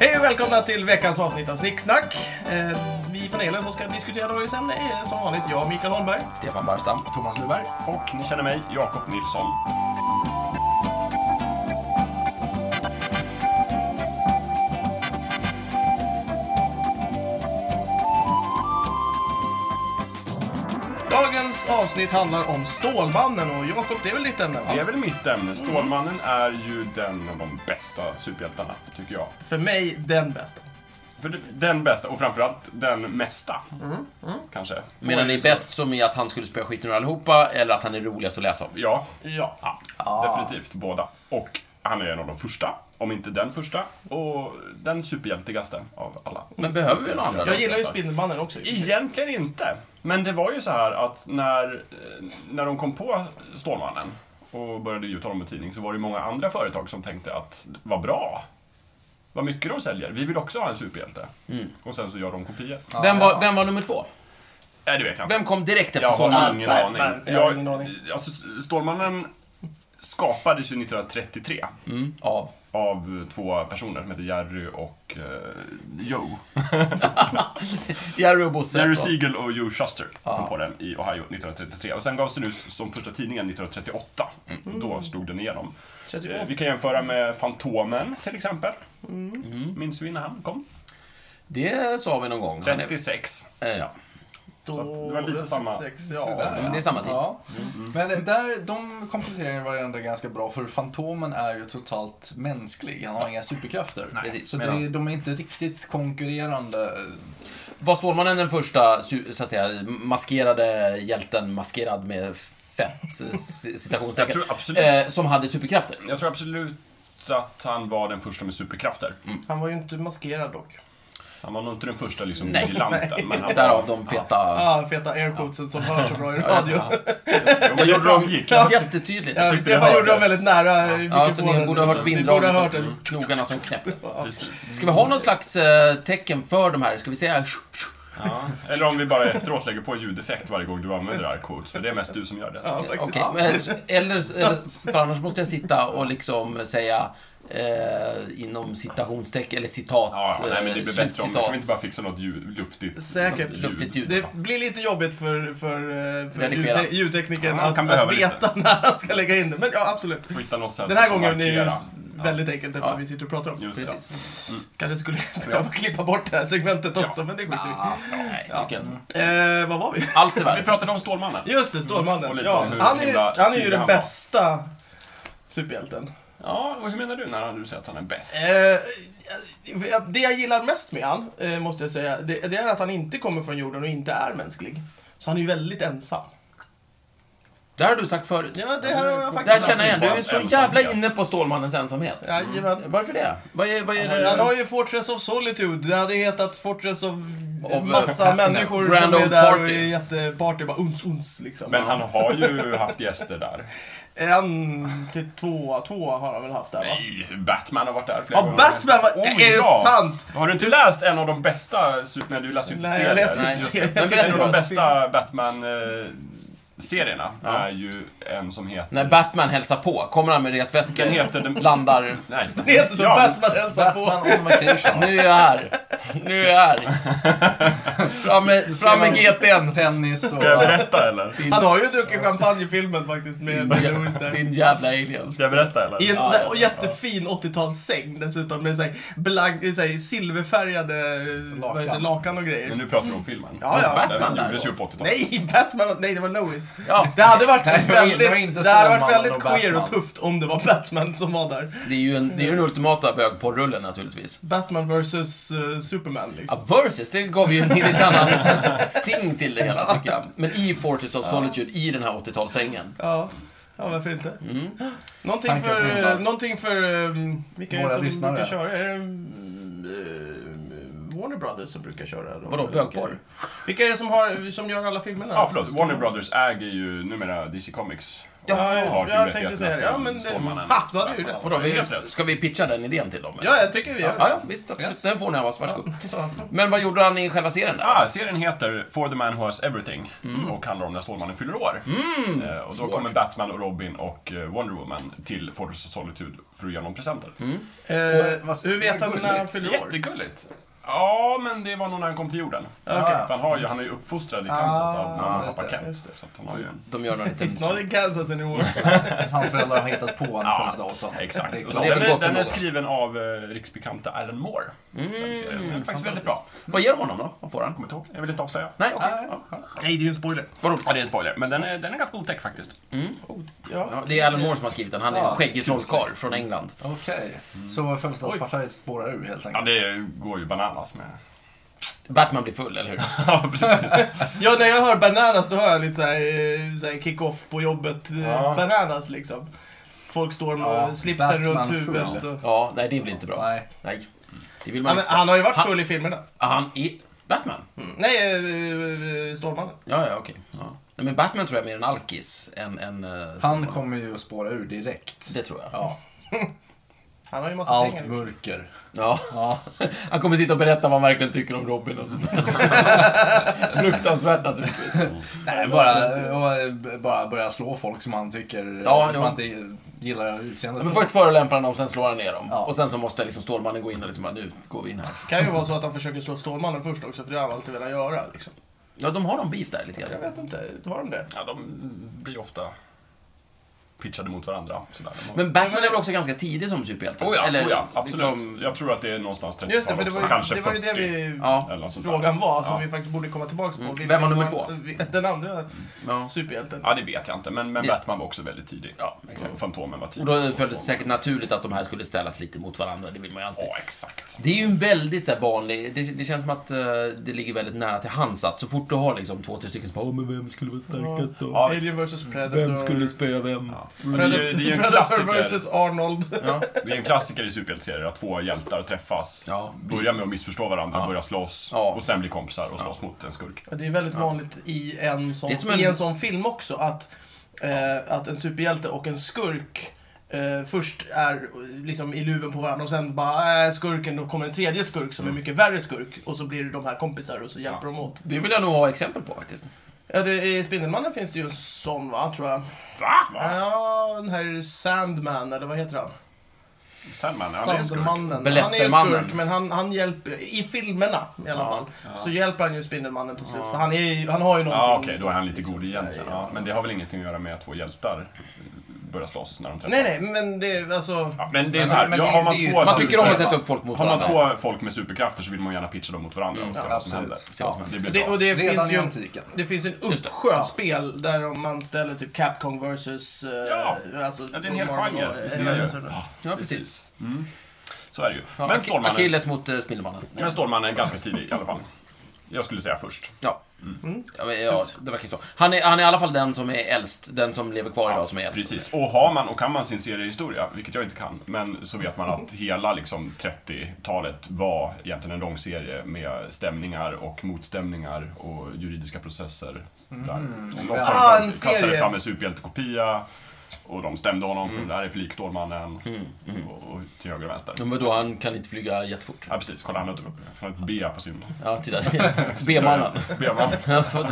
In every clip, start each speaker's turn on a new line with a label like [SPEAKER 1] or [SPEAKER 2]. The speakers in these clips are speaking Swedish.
[SPEAKER 1] Hej och välkomna till veckans avsnitt av Snicksnack. Eh, vi i panelen som ska diskutera dagens ämne är som vanligt jag, Mikael Holmberg.
[SPEAKER 2] Stefan Barstam, Thomas Luberg.
[SPEAKER 3] Och ni känner mig, Jakob Nilsson.
[SPEAKER 1] Dagens avsnitt handlar om Stålmannen och Jakob, det är väl ditt ämne?
[SPEAKER 3] Det
[SPEAKER 1] Va?
[SPEAKER 3] är väl mitt ämne. Stålmannen är ju den av de bästa superhjältarna, tycker jag.
[SPEAKER 1] För mig den bästa.
[SPEAKER 3] För det- den bästa, och framförallt den mesta. Kanske.
[SPEAKER 2] Menar ni bäst som i att han skulle spöa skiten ur allihopa eller att han är roligast att läsa om?
[SPEAKER 3] Ja,
[SPEAKER 1] Ja.
[SPEAKER 2] Ah.
[SPEAKER 3] definitivt båda. Och han är en av de första, om inte den första, och den superhjältigaste av alla.
[SPEAKER 2] Men behöver vi någon annan?
[SPEAKER 1] Jag gillar ju Spindelmannen också.
[SPEAKER 3] Egentligen inte. Men det var ju så här att när, eh, när de kom på Stålmannen och började ge ut honom i tidning så var det många andra företag som tänkte att vad bra. Vad mycket de säljer. Vi vill också ha en superhjälte.
[SPEAKER 2] Mm.
[SPEAKER 3] Och sen så gör de kopior.
[SPEAKER 2] Vem var, vem var nummer två?
[SPEAKER 3] Nej, det vet jag inte.
[SPEAKER 2] Vem kom direkt efter
[SPEAKER 3] Jag
[SPEAKER 2] Stålmannen?
[SPEAKER 3] har ingen
[SPEAKER 1] Ah,
[SPEAKER 3] aning.
[SPEAKER 1] Batman. Jag har ingen aning.
[SPEAKER 3] Alltså, Stålmannen skapades ju 1933
[SPEAKER 2] Mm, av.
[SPEAKER 3] av två personer som heter Jerry och eh, Joe.
[SPEAKER 2] Jerry och Bosse.
[SPEAKER 3] Larry
[SPEAKER 2] förlåt.
[SPEAKER 3] Siegel och Joe Shuster kom på den i Ohio 1933. Och sen gavs den ut som första tidningen 1938. Och
[SPEAKER 2] Mm.
[SPEAKER 3] då slog den igenom. Eh,
[SPEAKER 1] 38.
[SPEAKER 3] Vi kan jämföra med Fantomen till exempel. Minns vi när han kom?
[SPEAKER 2] Det sa vi någon gång. Mm. Han är-
[SPEAKER 3] 36.
[SPEAKER 2] eh, ja.
[SPEAKER 1] Då-
[SPEAKER 3] Så att det var lite samma.
[SPEAKER 1] sex, ja.
[SPEAKER 4] Sådär,
[SPEAKER 2] Mm, det är samma tid. Mm.
[SPEAKER 4] Ja. Men där, de kompletteringarna var ändå ganska bra för Fantomen är ju totalt mänsklig. Han har inga superkrafter.
[SPEAKER 2] precis.
[SPEAKER 4] Så det,
[SPEAKER 2] Medans-
[SPEAKER 4] de är inte riktigt konkurrerande.
[SPEAKER 2] Var Stålmannen den första, su- så att säga, maskerade hjälten, maskerad med fett, eh, c- citationstecken,
[SPEAKER 3] Jag tror absolut-
[SPEAKER 2] eh, som hade superkrafter?
[SPEAKER 3] Jag tror absolut att han var den första med superkrafter.
[SPEAKER 2] Mm.
[SPEAKER 1] Han var ju inte maskerad dock.
[SPEAKER 3] Han var nog inte den första liksom
[SPEAKER 2] Nej.
[SPEAKER 3] vigilanten. men han
[SPEAKER 2] Därav
[SPEAKER 3] var...
[SPEAKER 2] de feta...
[SPEAKER 1] Ah, feta aircoatsen som hörs så bra i radio.
[SPEAKER 3] Jo, men
[SPEAKER 2] Jag
[SPEAKER 3] det
[SPEAKER 2] gjorde
[SPEAKER 3] framgick.
[SPEAKER 2] dem jättetydligt.
[SPEAKER 1] Ja,
[SPEAKER 3] tyckte det
[SPEAKER 1] Stefan gjorde dem
[SPEAKER 3] hördes.
[SPEAKER 1] väldigt nära eh,
[SPEAKER 2] Ja, så ni
[SPEAKER 1] mikrofonen.
[SPEAKER 2] borde ha hört Mm.
[SPEAKER 1] Ni borde ha hört
[SPEAKER 2] vinddraget
[SPEAKER 1] den.
[SPEAKER 2] och knogarna som knäppte.
[SPEAKER 3] Precis.
[SPEAKER 2] Ska vi ha någon slags eh, tecken för de här? Ska vi säga...
[SPEAKER 3] Ja. Eller om vi bara efteråt lägger på en ljudeffekt varje gång du använder airquotes, för det är mest du som gör det.
[SPEAKER 1] Ja, faktiskt.
[SPEAKER 2] Okej, men- eller, eller... För annars måste jag sitta och liksom säga... Eh, inom citationstecken, eller citat.
[SPEAKER 3] Ja, ja, nej, men det
[SPEAKER 2] eh,
[SPEAKER 3] blir bättre om...
[SPEAKER 2] slutcitat.
[SPEAKER 3] Kan vi inte bara fixa något ljud, luftigt?
[SPEAKER 1] Säkert.
[SPEAKER 2] Luftigt ljud.
[SPEAKER 1] Det blir lite jobbigt för, för, eh, för
[SPEAKER 2] Redigera.
[SPEAKER 1] ljudte- ljudteknikern
[SPEAKER 3] Ja, han
[SPEAKER 1] att,
[SPEAKER 3] kan
[SPEAKER 1] att
[SPEAKER 3] behöva
[SPEAKER 1] veta när han ska lägga in det. Men ja, absolut.
[SPEAKER 3] Hitta något sätt
[SPEAKER 1] Den här
[SPEAKER 3] som
[SPEAKER 1] gången är det ju
[SPEAKER 3] markera.
[SPEAKER 1] väldigt enkelt eftersom
[SPEAKER 2] Ja.
[SPEAKER 1] vi sitter och pratar om det.
[SPEAKER 3] Just det.
[SPEAKER 2] Precis.
[SPEAKER 1] Kanske skulle behöva klippa bort det här segmentet också, men det skiter vi i.
[SPEAKER 2] Nej, tycker jag inte.
[SPEAKER 1] Eh, Vad var vi?
[SPEAKER 2] Allt är
[SPEAKER 3] Vi
[SPEAKER 2] värt.
[SPEAKER 3] pratade om Stålmannen.
[SPEAKER 1] Just det, Stålmannen.
[SPEAKER 3] Mm. Och lite
[SPEAKER 1] ja,
[SPEAKER 3] om hur
[SPEAKER 1] han,
[SPEAKER 3] himla
[SPEAKER 1] är, han är ju
[SPEAKER 3] tidig
[SPEAKER 1] den
[SPEAKER 3] han var.
[SPEAKER 1] bästa superhjälten.
[SPEAKER 3] Ja, och hur menar du när du säger att han är bäst?
[SPEAKER 1] Eh, det jag gillar mest med han, eh, måste jag säga, det, det är att han inte kommer från jorden och inte är mänsklig. Så han är ju väldigt ensam.
[SPEAKER 2] Det här har du sagt förut.
[SPEAKER 1] Ja, det här har
[SPEAKER 3] Mm.
[SPEAKER 1] jag
[SPEAKER 2] Det här
[SPEAKER 1] faktiskt...
[SPEAKER 2] känner jag igen. Du är
[SPEAKER 3] Hans
[SPEAKER 2] så
[SPEAKER 3] ensamhet.
[SPEAKER 2] jävla inne på Stålmannens ensamhet.
[SPEAKER 1] Jajamän.
[SPEAKER 2] Varför det? Vad är, vad är det?
[SPEAKER 1] Han har ju Fortress of Solitude. Det hade hetat Fortress of
[SPEAKER 2] Of,
[SPEAKER 1] massa
[SPEAKER 2] eh,
[SPEAKER 1] människor som
[SPEAKER 2] Grand
[SPEAKER 1] är
[SPEAKER 2] Old
[SPEAKER 1] där och är
[SPEAKER 2] Party.
[SPEAKER 1] jätteparty. Bara uns, uns liksom.
[SPEAKER 3] Men han har ju haft gäster där.
[SPEAKER 1] En till två, två har han väl haft där va?
[SPEAKER 3] Nej, Batman har varit där flera
[SPEAKER 1] Ja,
[SPEAKER 3] gånger.
[SPEAKER 1] Batman var- är det sant?
[SPEAKER 3] Har du inte läst en av de bästa... super- Nej, du läser ju inte
[SPEAKER 1] Nej, jag
[SPEAKER 3] serier.
[SPEAKER 1] läser
[SPEAKER 2] Nej.
[SPEAKER 1] inte serien.
[SPEAKER 2] Men
[SPEAKER 3] En
[SPEAKER 2] berätta
[SPEAKER 3] av
[SPEAKER 2] för
[SPEAKER 3] de
[SPEAKER 2] oss.
[SPEAKER 3] bästa Batman-serierna
[SPEAKER 2] Ja.
[SPEAKER 3] är ju en som heter...
[SPEAKER 2] När Batman hälsar på, kommer han med resväskor,
[SPEAKER 3] Den heter den-
[SPEAKER 2] landar...
[SPEAKER 3] Nej.
[SPEAKER 1] Det heter som
[SPEAKER 3] Ja, men-
[SPEAKER 1] Batman hälsar
[SPEAKER 4] Batman
[SPEAKER 1] på.
[SPEAKER 4] on vacation.
[SPEAKER 2] Nu är jag här. Nu är jag här. Fram med, fram med GT'n.
[SPEAKER 4] Tennis och...
[SPEAKER 3] Ska jag berätta eller?
[SPEAKER 1] Han har ju druckit champagne i filmen faktiskt med, med Louis där.
[SPEAKER 2] Din jävla alien.
[SPEAKER 3] Ska jag berätta eller?
[SPEAKER 1] I en sån där, och jättefin 80-talssäng dessutom med så här, blank, så här, silverfärgade lakan. Vad heter, det,
[SPEAKER 4] Lakan.
[SPEAKER 1] lakan och grejer.
[SPEAKER 3] Men nu pratar du om filmen.
[SPEAKER 1] Ja, ja.
[SPEAKER 2] Batman
[SPEAKER 3] Den
[SPEAKER 2] där
[SPEAKER 3] gjordes ju
[SPEAKER 2] då?
[SPEAKER 3] på 80-talet.
[SPEAKER 1] Nej, Batman var- Nej, det var Lois.
[SPEAKER 2] Ja,
[SPEAKER 1] Det hade varit
[SPEAKER 4] Nej, det var-
[SPEAKER 1] väldigt,
[SPEAKER 4] det var inte
[SPEAKER 1] det hade varit
[SPEAKER 4] Stålmannen
[SPEAKER 1] väldigt
[SPEAKER 4] och
[SPEAKER 1] queer och
[SPEAKER 4] Batman.
[SPEAKER 1] tufft om det var Batman som var där.
[SPEAKER 2] det är ju en, det är ju den ultimata bögporrrullen naturligtvis.
[SPEAKER 1] Batman vs eh, Superman liksom.
[SPEAKER 2] Ja, versus, det gav ju en lite annan sting till det hela tycker jag. Men i Fortress of Solitude, i den här 80-talssängen.
[SPEAKER 1] Ja. Ja, varför inte?
[SPEAKER 2] Mm.
[SPEAKER 1] Någonting
[SPEAKER 4] Tankar som
[SPEAKER 1] för,
[SPEAKER 4] rullar.
[SPEAKER 1] eh, någonting för um, vilka är
[SPEAKER 4] Våra
[SPEAKER 1] det som
[SPEAKER 4] lyssnare.
[SPEAKER 1] brukar köra? Är det um, eh, Warner Brothers som brukar köra? Då?
[SPEAKER 2] Vadå, bögporr?
[SPEAKER 1] Vilka är det som, har, som gör alla filmerna?
[SPEAKER 3] Ja, förlåt. Warner Brothers äger ju numera DC Comics.
[SPEAKER 1] Ja,
[SPEAKER 3] har
[SPEAKER 1] jag,
[SPEAKER 3] filmrättigheterna
[SPEAKER 1] tänkte säga det. Ja, men det,
[SPEAKER 3] Stålmannen.
[SPEAKER 1] ha, då hade du ju rätt.
[SPEAKER 2] Vadå, vi,
[SPEAKER 3] Helt rätt.
[SPEAKER 2] ska vi pitcha den idén till dem?
[SPEAKER 1] Ja, jag tycker vi gör
[SPEAKER 2] ja,
[SPEAKER 1] det.
[SPEAKER 2] ja visst. Absolut.
[SPEAKER 4] Yes.
[SPEAKER 2] Den får ni av oss. Varsågod.
[SPEAKER 1] Så.
[SPEAKER 2] Men vad gjorde han i själva serien där?
[SPEAKER 3] Ah, serien heter For the Man Who Has Everything och handlar om när Stålmannen fyller år. Eh, och då
[SPEAKER 2] Svårt.
[SPEAKER 3] kommer Batman och Robin och eh, Wonder Woman till Fortress of Solitude för att ge honom presenter.
[SPEAKER 1] Eh,
[SPEAKER 4] Vad-
[SPEAKER 1] hur vet han
[SPEAKER 4] vad
[SPEAKER 1] när han
[SPEAKER 4] gulligt.
[SPEAKER 1] fyller år?
[SPEAKER 3] Jättegulligt. Ja, men det var nog när han kom till jorden.
[SPEAKER 1] Okej.
[SPEAKER 3] För han, har ju, han är ju uppfostrad i
[SPEAKER 4] Ah,
[SPEAKER 3] Kansas av mamma och
[SPEAKER 4] just
[SPEAKER 3] pappa
[SPEAKER 4] det,
[SPEAKER 3] Kent.
[SPEAKER 1] just det.
[SPEAKER 3] Så att han har ju en...
[SPEAKER 2] De gör någon liten...
[SPEAKER 1] It's not in Kansas anymore.
[SPEAKER 4] Hans föräldrar har hittat på en
[SPEAKER 3] Ja,
[SPEAKER 4] födelsedagsdatum.
[SPEAKER 3] Exakt.
[SPEAKER 4] Det är
[SPEAKER 3] Så
[SPEAKER 4] klart.
[SPEAKER 2] det är väl
[SPEAKER 3] den, är,
[SPEAKER 2] gott som
[SPEAKER 3] den är
[SPEAKER 2] något.
[SPEAKER 3] skriven av eh, riksbekanta Alan Moore. Den serien. Den är faktiskt väldigt bra.
[SPEAKER 2] Vad ger de honom då? Vad får han?
[SPEAKER 3] Kommer inte ihåg. Jag vill inte avslöja.
[SPEAKER 2] Nej, okej.
[SPEAKER 4] Nej.
[SPEAKER 2] Ja.
[SPEAKER 1] Nej, det är ju en spoiler.
[SPEAKER 2] Vad roligt.
[SPEAKER 3] Ja, det är en spoiler. Men den är, den är ganska otäck faktiskt.
[SPEAKER 1] Ja.
[SPEAKER 2] Ja, det är Alan Moore som har skrivit den. Han är en
[SPEAKER 4] Ja.
[SPEAKER 2] skäggig trollkarl från England.
[SPEAKER 4] Okej,
[SPEAKER 2] Mm.
[SPEAKER 4] så födelsedagspartiet spårar ur helt
[SPEAKER 3] Ja,
[SPEAKER 4] enkelt.
[SPEAKER 3] det går ju bananas med...
[SPEAKER 2] Batman blir full, eller hur?
[SPEAKER 3] Ja, precis.
[SPEAKER 1] Ja, när jag hör bananas då hör jag lite såhär, såhär kick-off på jobbet. eh,
[SPEAKER 3] Ja.
[SPEAKER 1] Bananas liksom. Folk står med
[SPEAKER 4] Ja,
[SPEAKER 1] slipsen
[SPEAKER 4] Batman
[SPEAKER 1] runt
[SPEAKER 4] full.
[SPEAKER 1] huvudet. Och...
[SPEAKER 2] Ja, nej det blir inte bra.
[SPEAKER 4] Nej.
[SPEAKER 2] Nej. Det
[SPEAKER 1] Ja,
[SPEAKER 2] vill man
[SPEAKER 1] men
[SPEAKER 2] inte se.
[SPEAKER 1] han har ju varit
[SPEAKER 2] Han-
[SPEAKER 1] full i filmerna.
[SPEAKER 2] Ah, Han är... Batman?
[SPEAKER 1] Mm. Nej, eh, eh, Stålmannen.
[SPEAKER 2] Ja, ja, okej. Ja. Nej, men Batman tror jag är mer en alkis än en... eh,
[SPEAKER 4] Han kommer ju att spåra ur direkt.
[SPEAKER 2] Det tror jag.
[SPEAKER 4] Ja.
[SPEAKER 1] Han har ju
[SPEAKER 2] alltså
[SPEAKER 1] massa
[SPEAKER 4] Allt
[SPEAKER 1] pengar.
[SPEAKER 4] mörker.
[SPEAKER 2] Ja.
[SPEAKER 4] Ja.
[SPEAKER 2] Han kommer sitta och berätta vad han verkligen tycker om Robin och sånt där. Fruktansvärt naturligtvis.
[SPEAKER 4] Nej, bara, och, eh, bara börja slå folk som han tycker
[SPEAKER 2] Ja,
[SPEAKER 4] som
[SPEAKER 2] ja.
[SPEAKER 4] han inte gillar utseendet
[SPEAKER 2] Men
[SPEAKER 4] på.
[SPEAKER 2] först förolämpar han dem, sen slår han ner dem.
[SPEAKER 4] Ja.
[SPEAKER 2] Och sen så måste liksom Stålmannen gå in och liksom bara, nu går vi in här.
[SPEAKER 1] Kan ju vara så att han försöker slå Stålmannen först också, för det har han alltid velat göra. Liksom.
[SPEAKER 2] Ja, de har någon beef där lite
[SPEAKER 1] Jag
[SPEAKER 2] grann.
[SPEAKER 1] vet inte, har de det?
[SPEAKER 3] Ja, de blir ofta pitchade mot varandra. Sådär. De har-
[SPEAKER 2] Men Batman är väl också ganska tidig som superhjälte?
[SPEAKER 3] Oh ja,
[SPEAKER 2] Eller
[SPEAKER 3] oh ja, absolut.
[SPEAKER 2] liksom-
[SPEAKER 3] Jag tror att det är någonstans 30
[SPEAKER 1] Just det, för det var ju,
[SPEAKER 3] kanske
[SPEAKER 1] det, var ju det
[SPEAKER 3] 40.
[SPEAKER 1] vi...
[SPEAKER 2] Ja.
[SPEAKER 3] eller något sånt där.
[SPEAKER 1] Frågan var, som
[SPEAKER 3] Ja.
[SPEAKER 1] vi faktiskt borde komma tillbaka på.
[SPEAKER 2] Mm.
[SPEAKER 1] Vilken
[SPEAKER 2] Vem var nummer två?
[SPEAKER 1] vi- Den andra
[SPEAKER 2] ja.
[SPEAKER 1] superhjälten.
[SPEAKER 3] Ja, det vet jag inte, men, men
[SPEAKER 2] Ja.
[SPEAKER 3] Batman var också väldigt tidig.
[SPEAKER 2] Ja, exakt.
[SPEAKER 3] Och Fantomen var
[SPEAKER 2] Och
[SPEAKER 3] tidig.
[SPEAKER 2] då följde det säkert naturligt att de här skulle ställas lite mot varandra, det vill man ju alltid.
[SPEAKER 3] Ja, exakt.
[SPEAKER 2] Det är ju en väldigt så här, vanlig, det, det känns som att eh, det ligger väldigt nära till hands att så fort du har liksom två, tre stycken som bara, "Åh, men vem skulle vara starkast då?
[SPEAKER 3] Ja, visst.
[SPEAKER 1] Alien vs Predator.
[SPEAKER 2] Vem skulle spöa vem?
[SPEAKER 3] Ja. Men Det, är ju- det är ju en
[SPEAKER 1] Predator
[SPEAKER 3] klassiker.
[SPEAKER 1] vs Arnold.
[SPEAKER 2] Ja.
[SPEAKER 3] Det är en klassiker i superhjälteserier att två hjältar träffas,
[SPEAKER 2] Ja.
[SPEAKER 3] börjar med att missförstå varandra,
[SPEAKER 2] Ja.
[SPEAKER 3] börjar slåss
[SPEAKER 2] Ja.
[SPEAKER 3] och sen blir kompisar och slåss mot en skurk.
[SPEAKER 1] Ja, Det är väldigt vanligt i en sån,
[SPEAKER 2] Det är som
[SPEAKER 1] i
[SPEAKER 2] en-
[SPEAKER 1] en sån film också att, eh, att en superhjälte och en skurk eh, först är eh, liksom i luven på varandra och sen bara äh, skurken, då kommer en tredje skurk som är mycket värre skurk och så blir de här kompisar och så hjälper
[SPEAKER 3] Mm. Ja.
[SPEAKER 1] de åt.
[SPEAKER 2] Det vill jag nog ha exempel på faktiskt.
[SPEAKER 1] Ja, det, I Spindelmannen finns det ju en sån va, tror jag.
[SPEAKER 3] Va? Va?
[SPEAKER 1] Ja, den här Sandman, eller vad heter han?
[SPEAKER 3] Sandman, ja, det är en skurk.
[SPEAKER 1] Sandmannen. Han är
[SPEAKER 2] Belästermannen.
[SPEAKER 1] ju skurk, men han, han hjälper, i filmerna i alla
[SPEAKER 2] Ja,
[SPEAKER 1] fall, så hjälper han ju Spindelmannen till slut. För han, är, ju- han har ju någonting.
[SPEAKER 3] Ja, okej, då är han lite god egentligen. Ja, men det har väl ingenting att göra med att två hjältar börjar slåss när de träffas?
[SPEAKER 1] Nej, nej, men det är alltså...
[SPEAKER 3] Ja, men det är
[SPEAKER 4] Men-
[SPEAKER 3] så här,
[SPEAKER 4] men
[SPEAKER 3] ja,
[SPEAKER 4] det-
[SPEAKER 3] har man
[SPEAKER 4] det är ju-
[SPEAKER 3] två...
[SPEAKER 4] Man
[SPEAKER 2] Man tycker om att
[SPEAKER 3] superstar-
[SPEAKER 2] sätta upp folk mot
[SPEAKER 3] Har man
[SPEAKER 2] varandra.
[SPEAKER 3] två folk med superkrafter så vill man gärna pitcha dem mot varandra och se
[SPEAKER 4] ja,
[SPEAKER 3] vad som händer.
[SPEAKER 4] absolut.
[SPEAKER 2] Se vad som händer.
[SPEAKER 3] Det blir
[SPEAKER 1] Det,
[SPEAKER 3] bra.
[SPEAKER 1] och det
[SPEAKER 4] Redan
[SPEAKER 1] finns
[SPEAKER 4] i
[SPEAKER 1] ju
[SPEAKER 4] antiken.
[SPEAKER 1] det finns en
[SPEAKER 2] Just det.
[SPEAKER 1] uppsjö spel där man ställer typ Capcom vs... eh,
[SPEAKER 3] Ja.
[SPEAKER 1] alltså,
[SPEAKER 3] Ja, det är en hel
[SPEAKER 1] Marvel
[SPEAKER 3] genre.
[SPEAKER 1] och-
[SPEAKER 3] Vi
[SPEAKER 1] eh,
[SPEAKER 3] ser ju.
[SPEAKER 1] och sådär.
[SPEAKER 2] Ja, precis.
[SPEAKER 3] Mm. Så är det ju.
[SPEAKER 2] Ja,
[SPEAKER 3] Men
[SPEAKER 2] Ak-
[SPEAKER 3] Stålmannen,
[SPEAKER 2] Achilles mot eh, Spindelmannen.
[SPEAKER 3] men Stålmannen är ganska tidig i alla fall. Jag skulle säga först.
[SPEAKER 2] Ja.
[SPEAKER 3] Mm.
[SPEAKER 2] Ja, men, ja, det verkar ju så. Han är, han är i alla fall den som är äldst, den som lever kvar idag som är äldst.
[SPEAKER 3] Precis. Och har man och kan man sin seriehistoria, vilket jag inte kan, men så vet man att hela liksom, 30-talet var egentligen en lång serie med stämningar och motstämningar och juridiska processer. Där. Och någon
[SPEAKER 1] Ah, en
[SPEAKER 3] kastade
[SPEAKER 1] serie.
[SPEAKER 3] fram en superhjältekopia och de stämde honom för det här är flik Stålmannen Och, och till höger och vänster.
[SPEAKER 2] Ja, Men då han kan inte flyga jättefort.
[SPEAKER 3] Ja precis, kolla han har ett- han har ett B på sin...
[SPEAKER 2] Ja, titta. B-mannen.
[SPEAKER 3] B-man.
[SPEAKER 2] Ja, vadå?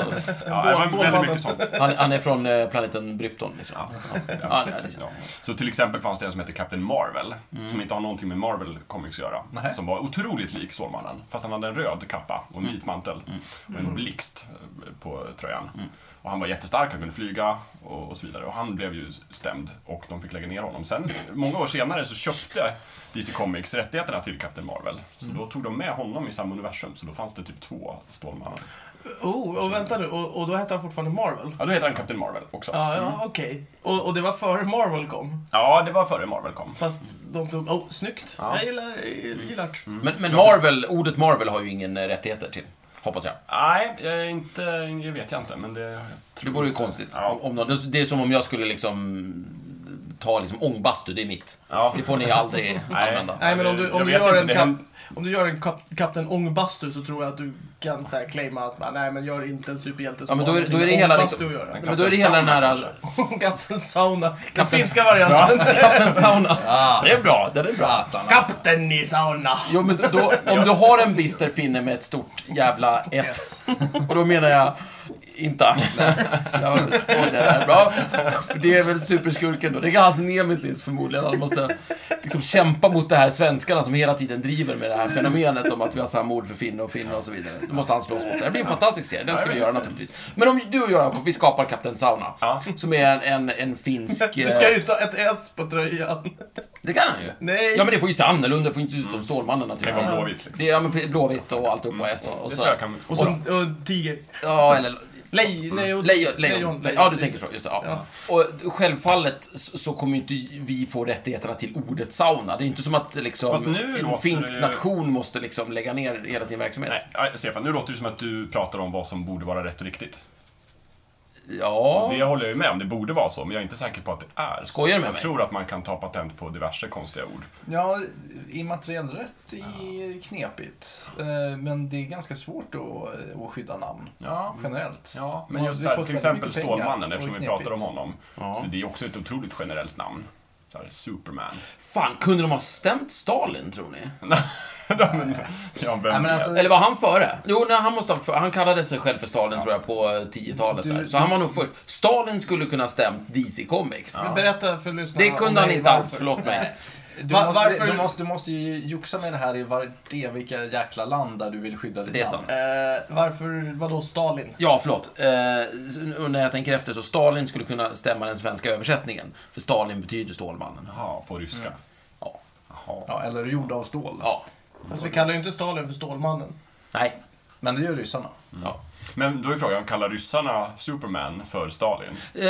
[SPEAKER 3] Ja, det var väldigt mycket sånt.
[SPEAKER 2] han, han är från eh, planeten Brypton, liksom. Ja.
[SPEAKER 3] Ja,
[SPEAKER 2] det är
[SPEAKER 3] precis,
[SPEAKER 2] det.
[SPEAKER 3] ja. Så till exempel fanns det en som hette Captain Marvel, som inte har någonting med Marvel Comics att göra.
[SPEAKER 4] Nej.
[SPEAKER 3] Som var otroligt lik Stålmannen, fast han hade en röd kappa och en vit mantel och en blixt eh, på tröjan. Och han var jättestark, han kunde flyga och, och så vidare. Och han blev ju stämd och de fick lägga ner honom. Sen, många år senare, så köpte DC Comics rättigheterna till Captain Marvel. Så då tog de med honom i samma universum, så då fanns det typ två Stålmannen.
[SPEAKER 1] Oh, och vänta nu, och, och då hette han fortfarande Marvel?
[SPEAKER 3] Ja, då heter han Captain Marvel också.
[SPEAKER 1] Ja, ja okej. Och, och det var före Marvel kom.
[SPEAKER 3] Ja, det var före Marvel kom.
[SPEAKER 1] Fast de tog... Oh, snyggt!
[SPEAKER 2] Ja.
[SPEAKER 1] Jag gillar,
[SPEAKER 3] Mm.
[SPEAKER 1] jag gillar det.
[SPEAKER 2] Men, men Marvel, ordet Marvel har ju ingen eh, rättigheter till, hoppas jag.
[SPEAKER 3] Nej, jag är inte, det vet jag inte. Men det, jag
[SPEAKER 2] Det
[SPEAKER 3] tror
[SPEAKER 2] vore ju
[SPEAKER 3] inte.
[SPEAKER 2] konstigt.
[SPEAKER 3] Ja.
[SPEAKER 2] Om, om, någon- det är som om jag skulle liksom ta liksom ångbastu, det är mitt.
[SPEAKER 3] Ja.
[SPEAKER 2] Det får ni aldrig använda.
[SPEAKER 1] Nej, men om
[SPEAKER 3] det-
[SPEAKER 1] du, om
[SPEAKER 3] jag
[SPEAKER 1] du,
[SPEAKER 3] vet
[SPEAKER 1] gör,
[SPEAKER 3] inte,
[SPEAKER 1] en
[SPEAKER 3] det
[SPEAKER 1] kap,
[SPEAKER 3] händer-
[SPEAKER 1] om du gör en kap, Kapten Ångbastu så tror jag att du kan så här claima att bara, nej, men gör inte en superhjälte som
[SPEAKER 2] Ja, men då
[SPEAKER 1] har
[SPEAKER 2] är- då är
[SPEAKER 1] någonting
[SPEAKER 2] det
[SPEAKER 1] med
[SPEAKER 2] hela
[SPEAKER 1] ångbastu
[SPEAKER 2] liksom-
[SPEAKER 1] att göra.
[SPEAKER 2] Men då är det hela den här...
[SPEAKER 1] Kapten Sauna, den
[SPEAKER 2] Kapten-
[SPEAKER 1] finska varianten.
[SPEAKER 2] Kapten Sauna. Det är bra, det är bra.
[SPEAKER 1] Kapten i sauna!
[SPEAKER 2] Jo, men då, om du har en bister finne med ett stort jävla S, och då menar jag inte Atle. Ja, så det är bra. Det är väl superskurken då. Det är hans nemesis förmodligen. Han måste liksom kämpa mot de här svenskarna som hela tiden driver med det här fenomenet om att vi har samma ord för finne och finne och så vidare. Då måste han slåss mot det. Det blir en fantastisk serie. Den ska vi göra naturligtvis. Men om du och jag, Jakob, vi skapar Kapten Sauna.
[SPEAKER 3] Ja.
[SPEAKER 2] Som är en, en, en finsk...
[SPEAKER 1] Du
[SPEAKER 2] eh,
[SPEAKER 1] kan ju inte ha ett S på tröjan.
[SPEAKER 2] Det kan han ju.
[SPEAKER 1] Nej.
[SPEAKER 2] Ja, men det får ju se annorlunda, det får ju inte se ut som Stålmannen
[SPEAKER 3] Det var Blåvitt
[SPEAKER 2] naturligtvis.
[SPEAKER 3] liksom.
[SPEAKER 2] Det är ja, men Blåvitt och allt upp på S och, och
[SPEAKER 3] Det
[SPEAKER 2] så.
[SPEAKER 3] tror jag kan...
[SPEAKER 1] Och, så, och tiger.
[SPEAKER 2] Ja, eller...
[SPEAKER 1] Lej, nej, och-
[SPEAKER 2] Lejon, lejon.
[SPEAKER 1] lejon.
[SPEAKER 2] Ja, du tänker så. Just det, ja. Och självfallet så så kommer ju inte vi få rättigheterna till ordet sauna. Det är inte som att
[SPEAKER 3] Fast
[SPEAKER 2] liksom,
[SPEAKER 3] nu
[SPEAKER 2] en
[SPEAKER 3] låter
[SPEAKER 2] finsk
[SPEAKER 3] det ju-
[SPEAKER 2] nation måste liksom lägga ner hela sin verksamhet.
[SPEAKER 3] Nej, aj, Stefan, nu låter det som att du pratar om vad som borde vara rätt och riktigt.
[SPEAKER 2] Ja,
[SPEAKER 3] Det håller jag ju med om, det borde vara så, men jag är inte säker på att det är så.
[SPEAKER 2] Skojar du med
[SPEAKER 3] Jag
[SPEAKER 2] mig?
[SPEAKER 3] tror att man kan ta patent på diverse konstiga ord.
[SPEAKER 4] Ja, immateriell rätt är knepigt. Eh, Men det är ganska svårt att, att skydda namn.
[SPEAKER 3] Ja,
[SPEAKER 4] Generellt.
[SPEAKER 3] Ja, men
[SPEAKER 4] Man-
[SPEAKER 3] just
[SPEAKER 4] det
[SPEAKER 3] där,
[SPEAKER 4] kostar
[SPEAKER 3] till exempel
[SPEAKER 4] mycket pengar
[SPEAKER 3] Stålmannen,
[SPEAKER 4] och
[SPEAKER 3] eftersom vi
[SPEAKER 4] knepigt.
[SPEAKER 3] pratar om honom.
[SPEAKER 2] Ja.
[SPEAKER 3] Så det är också ett otroligt generellt namn. Så här, Superman.
[SPEAKER 2] fan, kunde de ha stämt Stalin, tror ni?
[SPEAKER 3] ja, men, ja, vem
[SPEAKER 4] Nej, men
[SPEAKER 3] vet?
[SPEAKER 4] alltså,
[SPEAKER 2] Eller var han före? Jo, nej, han, måste ha, för- han kallade sig själv för Stalin tror jag på eh, 10-talet
[SPEAKER 4] Du-
[SPEAKER 2] där. Så han var nog först. Stalin skulle kunna ha stämt DC Comics.
[SPEAKER 1] Berätta för lyssnarna
[SPEAKER 2] Det kunde
[SPEAKER 1] om
[SPEAKER 2] han
[SPEAKER 1] mig,
[SPEAKER 2] inte alls,
[SPEAKER 1] varför.
[SPEAKER 2] förlåt mig.
[SPEAKER 4] Du,
[SPEAKER 1] Va-
[SPEAKER 4] måste,
[SPEAKER 1] varför-
[SPEAKER 4] du, måste, du måste ju joxa med det här i var, det, vilka jäkla land där du vill skydda ditt
[SPEAKER 2] Det är
[SPEAKER 4] namn.
[SPEAKER 2] sant.
[SPEAKER 1] Eh, varför, vadå Stalin?
[SPEAKER 2] Ja, förlåt. Eh, så- och när jag tänker efter så Stalin skulle kunna stämma den svenska översättningen. För Stalin betyder Stålmannen.
[SPEAKER 3] Jaha, på ryska.
[SPEAKER 2] Ja.
[SPEAKER 3] Jaha.
[SPEAKER 4] Ja, eller gjorda av stål.
[SPEAKER 2] ja.
[SPEAKER 1] Fast Alltså, vi kallar ju inte Stalin för Stålmannen.
[SPEAKER 2] Nej.
[SPEAKER 4] Men det gör ryssarna.
[SPEAKER 2] Ja.
[SPEAKER 3] Men då är frågan, kallar ryssarna Superman för Stalin?
[SPEAKER 2] Eh,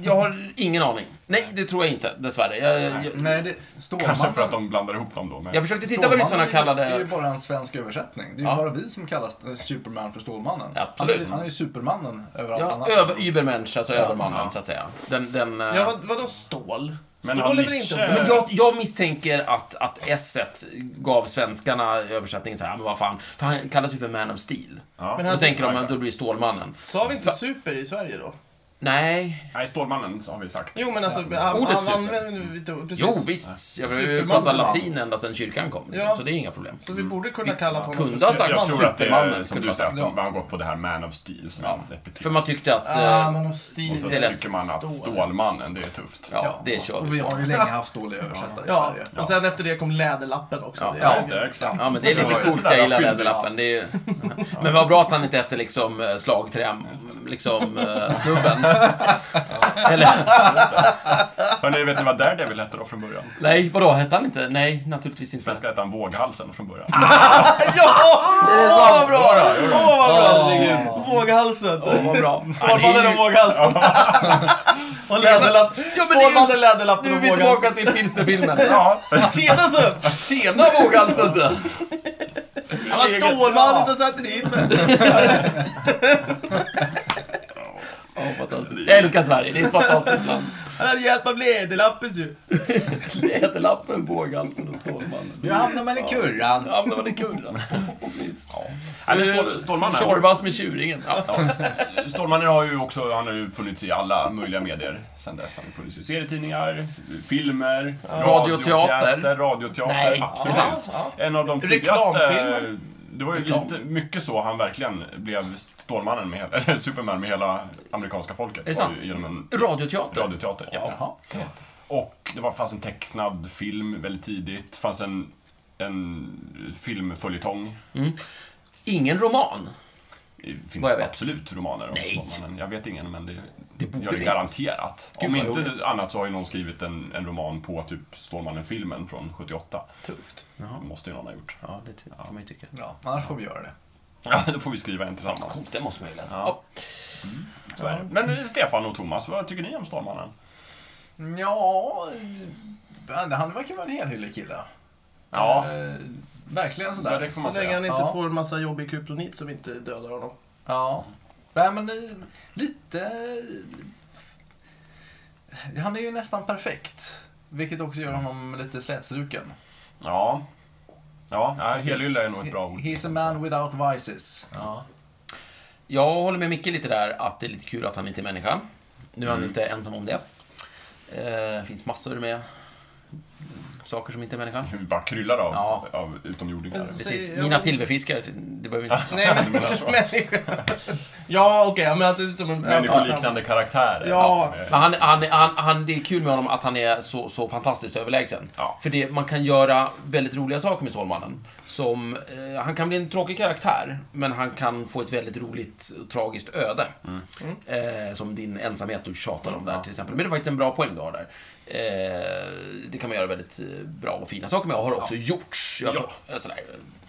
[SPEAKER 2] jag har ingen aning. Nej, det tror jag inte, dessvärre. Jag, jag,
[SPEAKER 4] Nej, det, Stålmannen,
[SPEAKER 3] Kanske för att de blandar ihop dem då. Men...
[SPEAKER 2] jag försökte titta vad ryssarna
[SPEAKER 4] Stålmannen är ju- är ju
[SPEAKER 2] kallade...
[SPEAKER 4] bara en svensk översättning. Det är ju
[SPEAKER 2] Ja.
[SPEAKER 4] bara vi som kallar eh, Superman för Stålmannen.
[SPEAKER 2] Absolut.
[SPEAKER 4] Han är, han är ju Supermannen överallt
[SPEAKER 2] Ja,
[SPEAKER 4] annars.
[SPEAKER 2] över, Übermensch, alltså övermannen,
[SPEAKER 3] Ja.
[SPEAKER 2] så att säga. Den, den, eh,
[SPEAKER 1] Ja, vad, vadå stål?
[SPEAKER 3] Men
[SPEAKER 1] stål
[SPEAKER 3] han
[SPEAKER 1] är väl inte
[SPEAKER 3] Nietzsche-
[SPEAKER 2] Men jag, jag misstänker att, att S gav svenskarna översättningen så här, "Ja, men vad fan, för han kallas ju för Man of Steel.
[SPEAKER 3] Ja.
[SPEAKER 1] Men
[SPEAKER 2] Då
[SPEAKER 1] han-
[SPEAKER 2] tänker de att
[SPEAKER 3] exakt.
[SPEAKER 2] då blir det Stålmannen.
[SPEAKER 1] Sa vi inte super i Sverige då?
[SPEAKER 2] Nej.
[SPEAKER 3] Nej, Stålmannen har vi sagt.
[SPEAKER 1] Jo, men alltså,
[SPEAKER 4] Ja.
[SPEAKER 1] han,
[SPEAKER 2] Ordet
[SPEAKER 1] han
[SPEAKER 2] super.
[SPEAKER 1] använder vi inte... Precis.
[SPEAKER 2] Jo, visst. Jag har ju
[SPEAKER 1] Superman.
[SPEAKER 2] pratat latin ända sedan kyrkan kom, liksom,
[SPEAKER 1] Ja.
[SPEAKER 2] så det är inga problem.
[SPEAKER 1] Så vi borde kunna kalla honom
[SPEAKER 2] kunde
[SPEAKER 1] för
[SPEAKER 2] ha
[SPEAKER 3] jag,
[SPEAKER 2] sagt
[SPEAKER 3] jag
[SPEAKER 1] Superman.
[SPEAKER 3] tror att det är,
[SPEAKER 2] Supermannen,
[SPEAKER 3] som
[SPEAKER 2] kunde
[SPEAKER 3] du
[SPEAKER 2] ha
[SPEAKER 3] säger,
[SPEAKER 2] sagt.
[SPEAKER 3] att de- man har gått på det här Man of Steel som är hans
[SPEAKER 2] För
[SPEAKER 3] epitet.
[SPEAKER 2] man tyckte att...
[SPEAKER 1] Ah,
[SPEAKER 2] eh,
[SPEAKER 1] man och
[SPEAKER 3] Och så
[SPEAKER 1] stil.
[SPEAKER 2] det lät-
[SPEAKER 3] tycker man att Stålmannen, det är tufft.
[SPEAKER 2] Ja, det kör
[SPEAKER 4] Och
[SPEAKER 2] vi.
[SPEAKER 4] vi har ju länge haft dåliga översättare i
[SPEAKER 1] Ja,
[SPEAKER 4] Sverige.
[SPEAKER 1] och sen efter det kom läderlappen också.
[SPEAKER 2] Ja.
[SPEAKER 1] Det-
[SPEAKER 4] Ja.
[SPEAKER 3] Just det, exakt.
[SPEAKER 2] Ja, men det är
[SPEAKER 4] Det var
[SPEAKER 2] lite
[SPEAKER 4] ju
[SPEAKER 2] coolt.
[SPEAKER 3] sådär
[SPEAKER 2] Jag gillar
[SPEAKER 3] fyndigt.
[SPEAKER 2] läderlappen. Det är ju... Men vad bra att han inte hette liksom eh, slagträ, liksom eh, snubben. Eller,
[SPEAKER 3] Hörrni, vet ni vad Daredevil hette då från början?
[SPEAKER 2] nej, vadå, hette han inte? Nej, naturligtvis inte.
[SPEAKER 3] Svenska hette han Våghalsen från början.
[SPEAKER 1] Ja! Åh, vad bra!
[SPEAKER 3] jo då.
[SPEAKER 1] Åh, vad bra! Herregud. Våghalsen.
[SPEAKER 2] Vad bra.
[SPEAKER 1] Stålmannen och våghalsen. Och läderlapp.
[SPEAKER 2] Ja, men det är ju-
[SPEAKER 1] Stålmannen, läderlappen
[SPEAKER 2] Nu är
[SPEAKER 1] och
[SPEAKER 2] vi tillbaka
[SPEAKER 1] våghalsen.
[SPEAKER 2] till pilsnerfilmen.
[SPEAKER 3] Ja,
[SPEAKER 1] Tjena så!
[SPEAKER 2] Tjena våghalsen! så.
[SPEAKER 1] Det var Stålmannen som satte dit mig.
[SPEAKER 2] Jag älskar Sverige, det är ett fantastiskt land.
[SPEAKER 1] Han hade hjälp av läderlappen ju.
[SPEAKER 2] Läderlappen, våghalsen och Stålmannen.
[SPEAKER 4] Nu hamnar man i kurran.
[SPEAKER 2] Ja, men vad det är kul. då. Precis.
[SPEAKER 3] Nej, men Stål, Stålmannen,
[SPEAKER 2] Tjorvas med tjuringen. Ja.
[SPEAKER 3] ja, Stålmannen har ju också, han har ju funnits i alla möjliga medier sen dess. Han har funnits i serietidningar, filmer,
[SPEAKER 2] Radioteater.
[SPEAKER 3] radiopjäser, radioteater.
[SPEAKER 2] Nej,
[SPEAKER 3] absolut.
[SPEAKER 2] det är sant.
[SPEAKER 3] En av de tidigaste...
[SPEAKER 1] Reklamfilmer.
[SPEAKER 3] Det var ju
[SPEAKER 2] Reklam.
[SPEAKER 3] lite, mycket så han verkligen blev Stålmannen, med, hela- eller Superman, med hela amerikanska folket.
[SPEAKER 2] det
[SPEAKER 3] Var ju
[SPEAKER 2] sant?
[SPEAKER 3] Genom en
[SPEAKER 2] Radioteater.
[SPEAKER 3] radioteater. Ja.
[SPEAKER 4] Jaha.
[SPEAKER 3] Och det var, fanns en tecknad film väldigt tidigt. fanns en, en filmföljetong.
[SPEAKER 2] Ingen roman.
[SPEAKER 3] Det finns
[SPEAKER 2] Vad jag vet.
[SPEAKER 3] absolut romaner om
[SPEAKER 2] Nej.
[SPEAKER 3] Stålmannen. Jag vet ingen, men det,
[SPEAKER 2] Det borde
[SPEAKER 3] gör det
[SPEAKER 2] finnas.
[SPEAKER 3] garanterat.
[SPEAKER 2] Gud,
[SPEAKER 3] om
[SPEAKER 2] vad
[SPEAKER 3] inte
[SPEAKER 2] roligt.
[SPEAKER 3] annat så har ju någon skrivit en, en roman på typ Stålmannen-filmen från 78.
[SPEAKER 1] Tufft.
[SPEAKER 3] Det måste ju någon ha gjort.
[SPEAKER 2] Ja, det ty- kan man ju tycka.
[SPEAKER 4] Ja, annars får vi göra det.
[SPEAKER 3] Ja, då får vi skriva en tillsammans.
[SPEAKER 2] Coolt, det måste man ju läsa.
[SPEAKER 3] Ja. Så är det. Men eh, Stefan och Thomas, vad tycker ni om Stålmannen?
[SPEAKER 4] Ja, eh, han verkar vara en helhyllig kille.
[SPEAKER 3] Ja,
[SPEAKER 4] Eh, verkligen
[SPEAKER 3] ja,
[SPEAKER 4] sådär.
[SPEAKER 3] det får man
[SPEAKER 1] Så länge han
[SPEAKER 3] säga.
[SPEAKER 1] inte
[SPEAKER 4] Ja.
[SPEAKER 1] får en massa jobbig kryptonit som inte dödar honom.
[SPEAKER 4] Ja. Nej, men eh, lite... Han är ju nästan perfekt. Vilket också gör honom lite slätstruken.
[SPEAKER 3] Ja. Ja, nej, helylla är nog ett bra ord.
[SPEAKER 4] He's a man without vices. Ja.
[SPEAKER 2] Jag håller med Micke lite där att det är lite kul att han inte är människa. Nu är han
[SPEAKER 3] Mm.
[SPEAKER 2] inte ensam om det. Eh, Det finns massor med saker som inte är människa.
[SPEAKER 3] Vi bara kryllar av,
[SPEAKER 2] Ja.
[SPEAKER 3] av utomjordingar.
[SPEAKER 1] Men-
[SPEAKER 2] Precis.
[SPEAKER 1] Säger jag-
[SPEAKER 2] Mina silverfiskar, det behöver vi inte...
[SPEAKER 1] Nej, men alltså. människa. Ja, okej. ja, men alltså ut som en...
[SPEAKER 3] Människoliknande karaktärer.
[SPEAKER 1] Ja.
[SPEAKER 2] Men han, han, han, han, det är kul med honom att han är så, så fantastiskt överlägsen.
[SPEAKER 3] Ja.
[SPEAKER 2] För det, man kan göra väldigt roliga saker med Stålmannen. Som, eh, han kan bli en tråkig karaktär, men han kan få ett väldigt roligt och tragiskt öde.
[SPEAKER 3] Mm.
[SPEAKER 2] Eh, som din ensamhet du tjatar om där till exempel. Men det är faktiskt en bra poäng du har där. Eh, det kan man göra väldigt eh, bra och fina saker med och har också gjorts. Jag
[SPEAKER 3] Ja.
[SPEAKER 2] får- eh, sådär,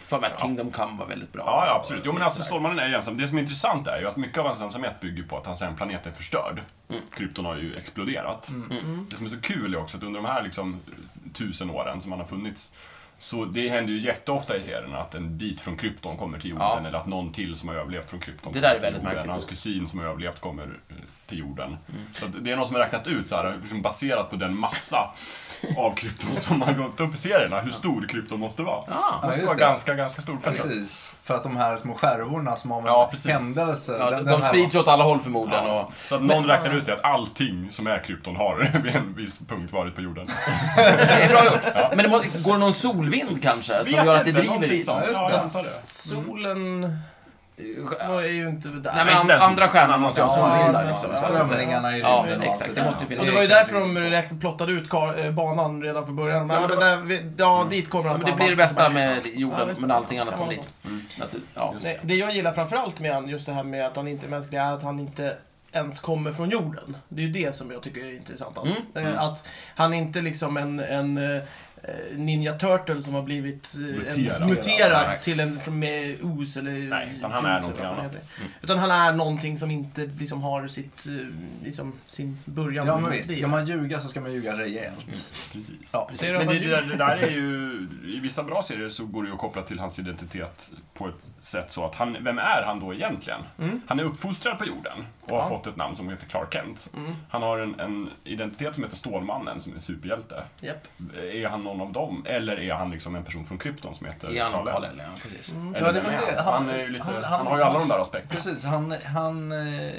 [SPEAKER 2] för mig att Kingdom Come var väldigt bra.
[SPEAKER 3] Ja, ja, absolut. Jo, men alltså
[SPEAKER 2] Sådär.
[SPEAKER 3] Stålmannen är ju ensam. Det som är intressant är ju att mycket av hans ensamhet bygger på att hans hemplanet är förstörd.
[SPEAKER 2] Mm.
[SPEAKER 3] Krypton har ju exploderat. Det som är så kul är också att under de här liksom, tusen åren som han har funnits så det händer ju jätteofta i serierna att en bit från krypton kommer till jorden
[SPEAKER 2] Ja.
[SPEAKER 3] eller att någon till som har överlevt från krypton
[SPEAKER 2] Det där
[SPEAKER 3] kommer
[SPEAKER 2] är
[SPEAKER 3] till
[SPEAKER 2] väldigt
[SPEAKER 3] jorden.
[SPEAKER 2] märkligt. Mm.
[SPEAKER 3] Hans kusin som har överlevt kommer eh, till jorden. Så att det är någon som har räknat ut så här, liksom baserat på den massa av krypton som har gått upp i serierna, hur stor krypton måste vara.
[SPEAKER 2] Ah,
[SPEAKER 3] det måste
[SPEAKER 4] just
[SPEAKER 3] vara
[SPEAKER 4] det.
[SPEAKER 3] ganska, ganska stor planet.
[SPEAKER 4] Precis. För att de här små skärvorna som av en
[SPEAKER 3] Ja, precis.
[SPEAKER 4] händelse.
[SPEAKER 2] Ja, de,
[SPEAKER 4] den-
[SPEAKER 2] de
[SPEAKER 4] den här-
[SPEAKER 2] sprids åt alla håll förmodligen.
[SPEAKER 3] Ja,
[SPEAKER 2] Och,
[SPEAKER 3] så att någon räknar ut det att allting som är krypton har vid en viss punkt varit på jorden.
[SPEAKER 2] det är bra gjort. Men det må, går det någon solvind kanske? Som
[SPEAKER 3] Vet
[SPEAKER 2] gör att det
[SPEAKER 3] inte,
[SPEAKER 2] driver
[SPEAKER 3] någonting
[SPEAKER 2] dit?
[SPEAKER 3] sånt. Ja, jag antar det.
[SPEAKER 1] Solen
[SPEAKER 2] Nej,
[SPEAKER 1] var ju inte där.
[SPEAKER 2] men an,
[SPEAKER 3] den som-
[SPEAKER 2] andra stjärnan måste ju ha
[SPEAKER 1] Ja,
[SPEAKER 2] solvind
[SPEAKER 1] ja,
[SPEAKER 2] där, liksom.
[SPEAKER 1] ja,
[SPEAKER 2] Så
[SPEAKER 1] ja.
[SPEAKER 2] att-
[SPEAKER 4] Strömningarna i
[SPEAKER 2] Ja,
[SPEAKER 4] rymden och allt
[SPEAKER 2] exakt. Det
[SPEAKER 4] där.
[SPEAKER 2] måste ju
[SPEAKER 1] Och
[SPEAKER 2] finnas.
[SPEAKER 1] det var ju därför de räk- plottade ut kar- eh, banan redan från början. Men,
[SPEAKER 2] Ja, det var-
[SPEAKER 1] där, vi- ja, dit kommer alltså
[SPEAKER 2] Ja,
[SPEAKER 1] han
[SPEAKER 2] men det blir det bästa med jorden, men allting annat kommer dit.
[SPEAKER 3] Mm,
[SPEAKER 2] Natur- Ja.
[SPEAKER 1] Nej, det jag gillar framförallt med han, just det här med att han inte är mänsklig, är att han inte ens kommer från jorden. Det är ju det som jag tycker är intressantast.
[SPEAKER 2] Mm.
[SPEAKER 1] Eh, Att han inte liksom en, en eh, Ninja Turtle som har blivit eh,
[SPEAKER 3] Muterad.
[SPEAKER 1] En, muterad
[SPEAKER 2] Nej.
[SPEAKER 1] till en från- med os eller
[SPEAKER 3] Nej, utan han
[SPEAKER 1] juice
[SPEAKER 3] är
[SPEAKER 1] eller
[SPEAKER 3] någonting
[SPEAKER 1] vad fan
[SPEAKER 3] annat.
[SPEAKER 1] det heter. Utan han är någonting som inte liksom har sitt, eh, liksom, sin början.
[SPEAKER 4] Ja, men visst.
[SPEAKER 1] Det-
[SPEAKER 4] Ska man ljuga så ska man ljuga rejält.
[SPEAKER 2] Mm.
[SPEAKER 3] Precis.
[SPEAKER 4] Ja.
[SPEAKER 1] Ser du
[SPEAKER 3] Men
[SPEAKER 1] att
[SPEAKER 3] det,
[SPEAKER 1] han
[SPEAKER 3] det, där- det där är ju, i vissa bra serier så går det ju att koppla till hans identitet på ett sätt så att han, vem är han då egentligen? Han är uppfostrad på jorden och har
[SPEAKER 1] Ja.
[SPEAKER 3] fått ett namn som heter Clark Kent. Han har en, en identitet som heter Stålmannen som är superhjälte.
[SPEAKER 1] Japp.
[SPEAKER 3] Är han någon av dem? Eller är han liksom en person från Krypton som heter
[SPEAKER 2] I annan
[SPEAKER 3] Kal-El?
[SPEAKER 2] fall, eller? Ja, precis.
[SPEAKER 3] Eller
[SPEAKER 4] Ja, det
[SPEAKER 3] vem
[SPEAKER 4] var
[SPEAKER 3] är
[SPEAKER 4] det.
[SPEAKER 3] han?
[SPEAKER 4] Han-
[SPEAKER 3] Han, är ju lite, han,
[SPEAKER 4] han- han-
[SPEAKER 3] har ju alla de där aspekterna.
[SPEAKER 4] Precis, han, han, eh,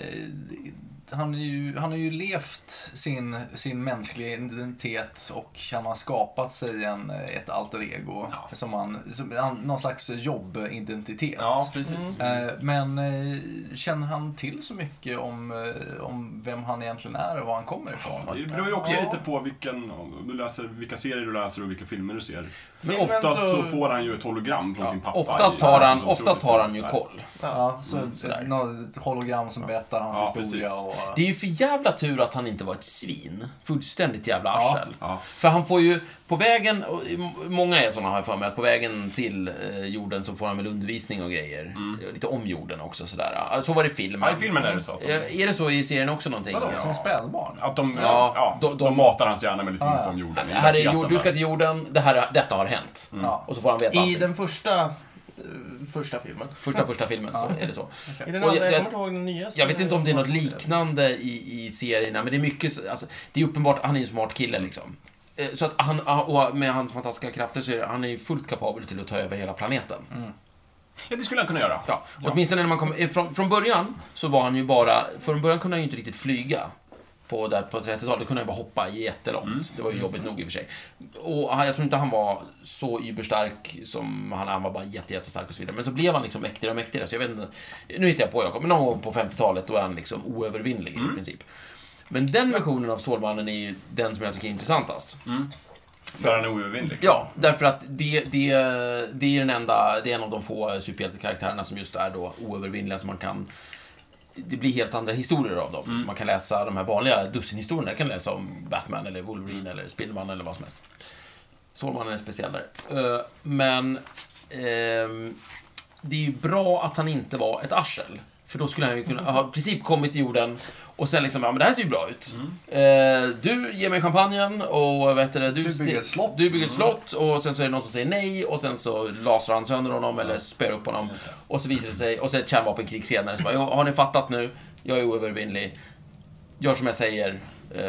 [SPEAKER 4] han, är ju, han har ju levt sin, sin mänskliga identitet och han har skapat sig en, ett alter ego.
[SPEAKER 3] Ja.
[SPEAKER 4] Som han, som, han, någon slags jobbidentitet.
[SPEAKER 3] Ja, precis.
[SPEAKER 2] Mm.
[SPEAKER 4] Eh, Men eh, känner han till så mycket om, eh, om vem han egentligen är och var han kommer ifrån?
[SPEAKER 3] Mm. Det beror ju också
[SPEAKER 1] Ja.
[SPEAKER 3] lite på vilken, om du läser, vilka serier du läser och vilka filmer du ser.
[SPEAKER 2] Men
[SPEAKER 1] Filmen
[SPEAKER 3] Oftast så får han ju ett hologram från sin
[SPEAKER 2] Ja,
[SPEAKER 3] pappa.
[SPEAKER 2] oftast
[SPEAKER 3] i-
[SPEAKER 2] har han,
[SPEAKER 3] som
[SPEAKER 2] oftast
[SPEAKER 3] tror-
[SPEAKER 2] har han ju koll.
[SPEAKER 4] Ja, så mm,
[SPEAKER 2] sådär.
[SPEAKER 4] något hologram som berättar hans
[SPEAKER 3] Ja,
[SPEAKER 4] historia.
[SPEAKER 3] precis.
[SPEAKER 4] Och,
[SPEAKER 2] Det är ju för jävla tur att han inte var ett svin. Fullständigt jävla arsel.
[SPEAKER 3] Ja.
[SPEAKER 2] För han får ju, på vägen, och många är sådana har jag för mig, att på vägen till eh, jorden så får han väl undervisning och grejer. Lite om jorden också sådär. Så var det i filmen.
[SPEAKER 3] Mm. Ja, i filmen är det så. att de-
[SPEAKER 2] Eh, Är det så i serien också någonting?
[SPEAKER 4] Vadå,
[SPEAKER 2] Ja.
[SPEAKER 4] som spädbarn?
[SPEAKER 3] Att de,
[SPEAKER 2] Ja,
[SPEAKER 3] ja,
[SPEAKER 2] de-
[SPEAKER 3] de,
[SPEAKER 2] de-
[SPEAKER 3] matar hans hjärna med lite
[SPEAKER 4] Ja.
[SPEAKER 3] info om jorden. i
[SPEAKER 2] Här är,
[SPEAKER 3] verkligheten
[SPEAKER 2] jord- du ska
[SPEAKER 3] Mm. där.
[SPEAKER 2] till jorden, det här, detta har hänt.
[SPEAKER 4] Ja.
[SPEAKER 2] Och så får han veta
[SPEAKER 1] I
[SPEAKER 2] allting.
[SPEAKER 1] den första, eh, första filmen.
[SPEAKER 2] Första, första filmen så är det så.
[SPEAKER 1] I den
[SPEAKER 2] Och
[SPEAKER 1] andra, jag,
[SPEAKER 2] jag- jag-
[SPEAKER 1] kommer inte ihåg den nyaste.
[SPEAKER 2] Jag vet inte om det är något liknande i, i serierna, men det är mycket så- alltså, Det är uppenbart, han är en smart kille liksom. Eh, Så att han, och med hans fantastiska krafter så är han är ju fullt kapabel till att ta över hela planeten.
[SPEAKER 3] Ja, det skulle han kunna göra.
[SPEAKER 2] Ja, åtminstone när man kom, eh, från, från början så var han ju bara, från början kunde han ju inte riktigt flyga. På, där på 30-talet då kunde han bara hoppa jättelångt. Det var ju jobbigt nog i och för sig. Och han, jag tror inte han var så überstark som han, han var bara jätte, jättestark och så vidare. Men så blev han liksom mäktigare och mäktigare. Så jag vet inte, nu hittar jag på Jakob, men någon gång på 50-talet då är han liksom oövervinnlig i princip. Men den versionen av Stålmannen är ju den som jag tycker är intressantast.
[SPEAKER 3] För han är oövervinnlig.
[SPEAKER 2] Ja, därför att det, det, det är den enda, det är en av de få superhjältekaraktärerna som just är då oövervinnliga som man kan det blir helt andra historier av dem. Så man kan läsa de här vanliga dussinhistorierna. Jag kan läsa om Batman eller Wolverine eller Spindelmannen eller vad som helst. Stålmannen är speciell där. Eh, Men ehm, det är ju bra att han inte var ett arsel. För då skulle han ju kunna
[SPEAKER 4] Mm.
[SPEAKER 2] ha i princip kommit till jorden och sen liksom, ja men det här ser ju bra ut.
[SPEAKER 4] Mm.
[SPEAKER 2] Eh, du ger mig champagnen och vad heter det, du,
[SPEAKER 4] Du bygger ett slott. Mm.
[SPEAKER 2] du bygger ett slott och sen så är det någon som säger nej och sen så lasrar han sönder honom eller spöar upp honom. Och så visar det sig, och så är det ett kärnvapenkrig senare. Så bara, "Jo, har ni fattat nu? Jag är oövervinnlig. Gör som jag säger. Eh,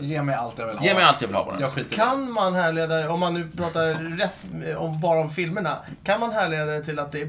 [SPEAKER 4] Ge mig allt jag vill ha.
[SPEAKER 2] ge mig allt jag vill ha bara.
[SPEAKER 4] Jag skiter i det.
[SPEAKER 1] Kan man härleda, om man nu pratar rätt, eh, om, bara om filmerna, kan man härleda det till att det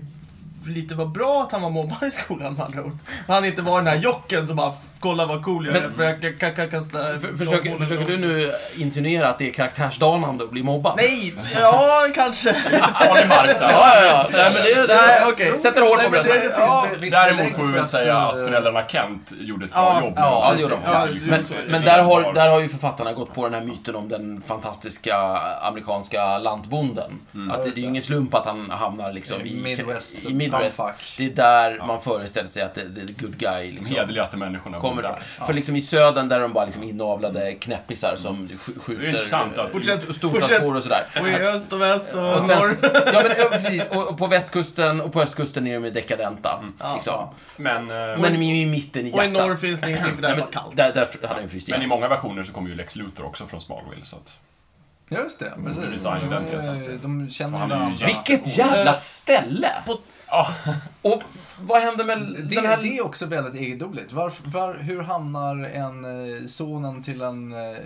[SPEAKER 1] lite var bra att han var mobbad i skolan med andra ord? Han inte var den här jocken som bara, kolla vad cool jag är,
[SPEAKER 2] Men-
[SPEAKER 1] för jag kan- kan kan kasta...
[SPEAKER 2] För- Försöker, försöker du nu insinuera att det är karaktärsdanande att bli mobbad?
[SPEAKER 1] Nej, ja kanske.
[SPEAKER 3] Farlig mark där.
[SPEAKER 2] Ja, ja, ja. Nej, men det, det,
[SPEAKER 1] Nej, okej.
[SPEAKER 2] Sätter hål
[SPEAKER 1] Nej, men
[SPEAKER 2] på bröstet.
[SPEAKER 1] det- ja.
[SPEAKER 4] visst,
[SPEAKER 3] Däremot
[SPEAKER 4] det
[SPEAKER 3] får vi
[SPEAKER 4] är
[SPEAKER 3] väl
[SPEAKER 4] inte
[SPEAKER 3] säga
[SPEAKER 4] för
[SPEAKER 3] att föräldrarna Kent gjorde ett
[SPEAKER 1] Ja,
[SPEAKER 3] bra jobb. liksom
[SPEAKER 4] ja,
[SPEAKER 2] Ja, det gjorde de.
[SPEAKER 1] Ja,
[SPEAKER 2] Men,
[SPEAKER 1] så
[SPEAKER 2] men där, har, där har ju författarna gått på den här myten om den fantastiska amerikanska lantbonden.
[SPEAKER 3] Mm.
[SPEAKER 2] Att det, det är ju ingen slump att han hamnar liksom i
[SPEAKER 4] Midwest,
[SPEAKER 2] I Midwest.
[SPEAKER 4] bumfuck.
[SPEAKER 2] Det är där man föreställer sig att det, det är the good guy
[SPEAKER 3] De
[SPEAKER 2] liksom.
[SPEAKER 3] hederligaste människorna
[SPEAKER 2] Kommer
[SPEAKER 3] bor där.
[SPEAKER 2] ifrån. För liksom i södern där är de bara liksom inavlade knäppisar som sk-
[SPEAKER 3] Mm. Det är
[SPEAKER 2] skjuter
[SPEAKER 3] intressant att-
[SPEAKER 2] st-
[SPEAKER 1] Fortsätt,
[SPEAKER 2] storstadsbor och sådär.
[SPEAKER 1] Och i öst och väst och,
[SPEAKER 2] Och sen,
[SPEAKER 1] norr.
[SPEAKER 2] ja, men, ja, precis. och och på västkusten och på östkusten är de ju dekadenta.
[SPEAKER 3] Mm.
[SPEAKER 2] Liksom.
[SPEAKER 3] Men, eh,
[SPEAKER 2] Men i, i mitten i
[SPEAKER 1] Och i
[SPEAKER 2] hjärtat.
[SPEAKER 1] norr finns det ingenting för där är det
[SPEAKER 2] Nej,
[SPEAKER 1] bara
[SPEAKER 2] men
[SPEAKER 1] kallt.
[SPEAKER 2] Där, där hade han fryst
[SPEAKER 3] men i
[SPEAKER 2] ihjäl.
[SPEAKER 3] många versioner så kommer ju Lex Luthor också från Smallville. Så att,
[SPEAKER 4] Just det, precis.
[SPEAKER 3] Mm, design, den
[SPEAKER 4] De,
[SPEAKER 3] tesen.
[SPEAKER 4] de känner
[SPEAKER 3] Fan, det är ju
[SPEAKER 4] varandra.
[SPEAKER 3] jävla-
[SPEAKER 2] Vilket jävla ställe!
[SPEAKER 1] Eh, På-
[SPEAKER 3] Ja.
[SPEAKER 2] Och vad hände med
[SPEAKER 4] Det,
[SPEAKER 2] den här...
[SPEAKER 4] det är också väldigt egendomligt. Var, var, hur hamnar en eh, sonen till en eh,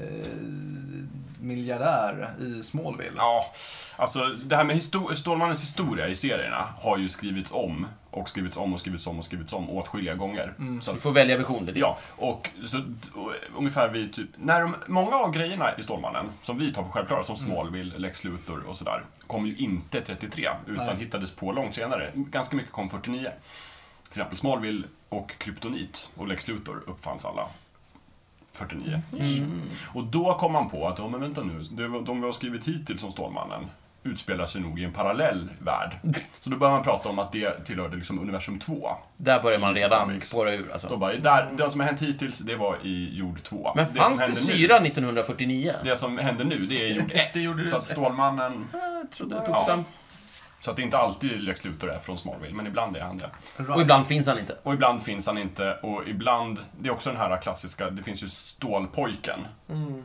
[SPEAKER 4] miljardär i Smallville?
[SPEAKER 3] Ja, alltså det här med histor- Stålmannens historia i serierna har ju skrivits om och skrivits om och skrivits om och skrivits om åtskilliga gånger. Så
[SPEAKER 2] Du
[SPEAKER 3] att,
[SPEAKER 2] får välja version. Det är det.
[SPEAKER 3] ja, och, så, och ungefär vid typ, när de, många av grejerna i Stålmannen, som vi tar för självklara, som Smallville, Lex Luthor och sådär, kom ju inte 33, utan
[SPEAKER 4] Nej.
[SPEAKER 3] hittades på långt senare. Ganska mycket kom 49. Till exempel Smallville och Kryptonit och Lex Luthor uppfanns alla 49 och då kom man på att, ja men vänta nu, det var- de vi har skrivit hittills som Stålmannen utspelar sig nog i en parallell värld. Så då började man prata om att det tillhörde liksom universum 2.
[SPEAKER 2] Där börjar man redan
[SPEAKER 3] Comics.
[SPEAKER 2] spåra ur
[SPEAKER 3] Då
[SPEAKER 2] alltså.
[SPEAKER 3] bara, där, den som har hänt hittills, det var i jord 2.
[SPEAKER 2] Men
[SPEAKER 3] som
[SPEAKER 2] fanns det,
[SPEAKER 3] händer
[SPEAKER 2] syra 1949?
[SPEAKER 3] Nu, det som händer nu, det är jord
[SPEAKER 1] Det gjorde
[SPEAKER 3] 1. Så att Stålmannen,
[SPEAKER 2] Jag trodde det tog
[SPEAKER 3] Ja.
[SPEAKER 2] fram.
[SPEAKER 3] så att det inte alltid Lex Luthor är från Smallville, men ibland är han det.
[SPEAKER 2] Och ibland finns han inte.
[SPEAKER 3] Och ibland finns han inte, och ibland, det är också den här klassiska, det finns ju Stålpojken.
[SPEAKER 1] Mm.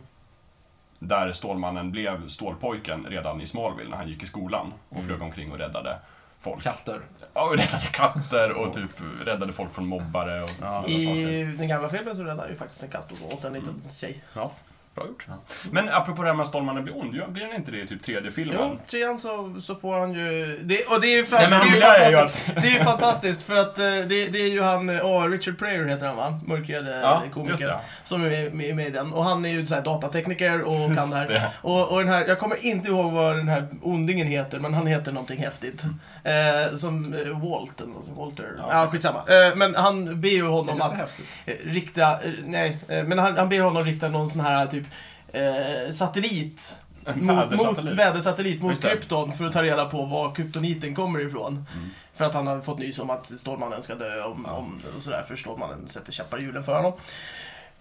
[SPEAKER 3] där Stålmannen blev Stålpojken redan i Smallville när han gick i skolan och
[SPEAKER 2] Mm.
[SPEAKER 3] flög omkring och räddade folk.
[SPEAKER 4] Katter.
[SPEAKER 3] Ja, och räddade katter och typ räddade folk från mobbare och sådana saker.
[SPEAKER 1] I den gamla filmen så räddar ju faktiskt en katt åt en liten tjej.
[SPEAKER 2] Ja, bra gjort.
[SPEAKER 3] Men apropå det här med att Stålmannen blir ond, gör- blir han inte det i typ tredje
[SPEAKER 1] Jo,
[SPEAKER 3] filmen?
[SPEAKER 1] trean så, så får han ju... Det, och det är ju, fram,
[SPEAKER 2] Nej, men han
[SPEAKER 1] det
[SPEAKER 3] blir-
[SPEAKER 1] är
[SPEAKER 3] är
[SPEAKER 1] ju
[SPEAKER 3] ju
[SPEAKER 1] fantastiskt. Det är ju fantastiskt för att eh, det, det är ju han, eh, åh, Richard Pryor heter han va? Mörkhyade
[SPEAKER 3] Ja,
[SPEAKER 1] eh,
[SPEAKER 3] just
[SPEAKER 1] komiker.
[SPEAKER 3] det.
[SPEAKER 1] Som är med, med i den. Och han är ju så här datatekniker och kan det här.
[SPEAKER 3] det.
[SPEAKER 1] Och, och den här, jag kommer inte ihåg vad den här ondingen heter, men han heter någonting häftigt. Eh, som eh, Walt, eller något sånt, Walter. Ja,
[SPEAKER 3] Ja,
[SPEAKER 1] ah, skitsamma. Eh, men han ber ju
[SPEAKER 4] Är
[SPEAKER 1] honom
[SPEAKER 4] det så
[SPEAKER 1] att
[SPEAKER 4] häftigt?
[SPEAKER 1] eh, rikta, eh, nej, eh, men han, han ber honom rikta någon sån här typ eh, satellit. Mot, mot
[SPEAKER 3] vädersatellit.
[SPEAKER 1] vädersatellit, mot
[SPEAKER 2] Just det. Mm.
[SPEAKER 1] krypton, för att ta reda på var kryptoniten kommer ifrån. För att han har fått nys om att Stålmannen ska dö om, om, och sådär, för Stålmannen sätter käppar i hjulen för honom.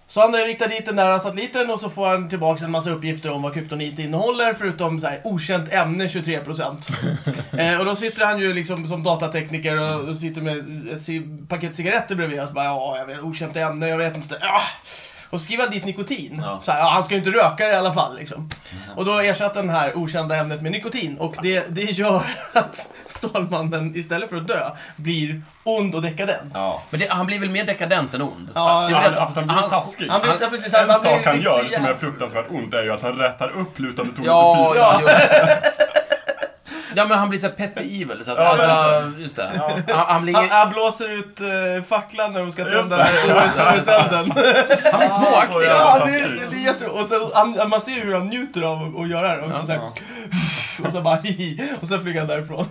[SPEAKER 1] Så han eh, riktar dit den där satelliten och så får han tillbaka en massa uppgifter om vad kryptonit innehåller, förutom så här, okänt ämne 23%. Eh, och då sitter han ju liksom som datatekniker och, och sitter med ett ci- paket cigaretter bredvid och så bara ja, jag vet, okänt ämne, jag vet inte. Ah! Och skriva dit nikotin.
[SPEAKER 3] Ja. Mm.
[SPEAKER 1] Så här, ja, han ska ju inte röka det i alla fall liksom. Och då ersatte den här okända ämnet med nikotin och det, det gör att Stålmannen istället för att dö blir ond och dekadent.
[SPEAKER 3] Ja.
[SPEAKER 2] Men det, han blir väl mer dekadent än ond?
[SPEAKER 1] Ja,
[SPEAKER 2] Det är
[SPEAKER 3] Han,
[SPEAKER 2] väl att-
[SPEAKER 3] fast han blir
[SPEAKER 2] han-
[SPEAKER 3] taskig.
[SPEAKER 1] Han blir,
[SPEAKER 2] Han-
[SPEAKER 1] ja, precis, han,
[SPEAKER 3] En
[SPEAKER 1] han blir
[SPEAKER 3] sak han
[SPEAKER 1] riktig
[SPEAKER 3] gör som
[SPEAKER 1] jävla-
[SPEAKER 3] är fruktansvärt ont är ju att han rättar upp lutande tornet
[SPEAKER 2] Ja,
[SPEAKER 3] och pisan.
[SPEAKER 2] ja, just- ja, men han blir så här petty evil. Så att,
[SPEAKER 3] Ja, men-
[SPEAKER 2] alltså, just det. Han, han blir
[SPEAKER 1] Han,
[SPEAKER 2] ingen,
[SPEAKER 1] han blåser ut eh, facklan när de ska
[SPEAKER 3] Just
[SPEAKER 1] tända OS-elden.
[SPEAKER 2] han blir
[SPEAKER 3] får
[SPEAKER 2] småaktig.
[SPEAKER 3] jag-
[SPEAKER 1] Ja, det,
[SPEAKER 3] Fantastiskt.
[SPEAKER 1] det är jätte... Och sen, han, man ser ju hur han njuter av att göra det också. så här, och så bara hihi, och sen flyger han därifrån.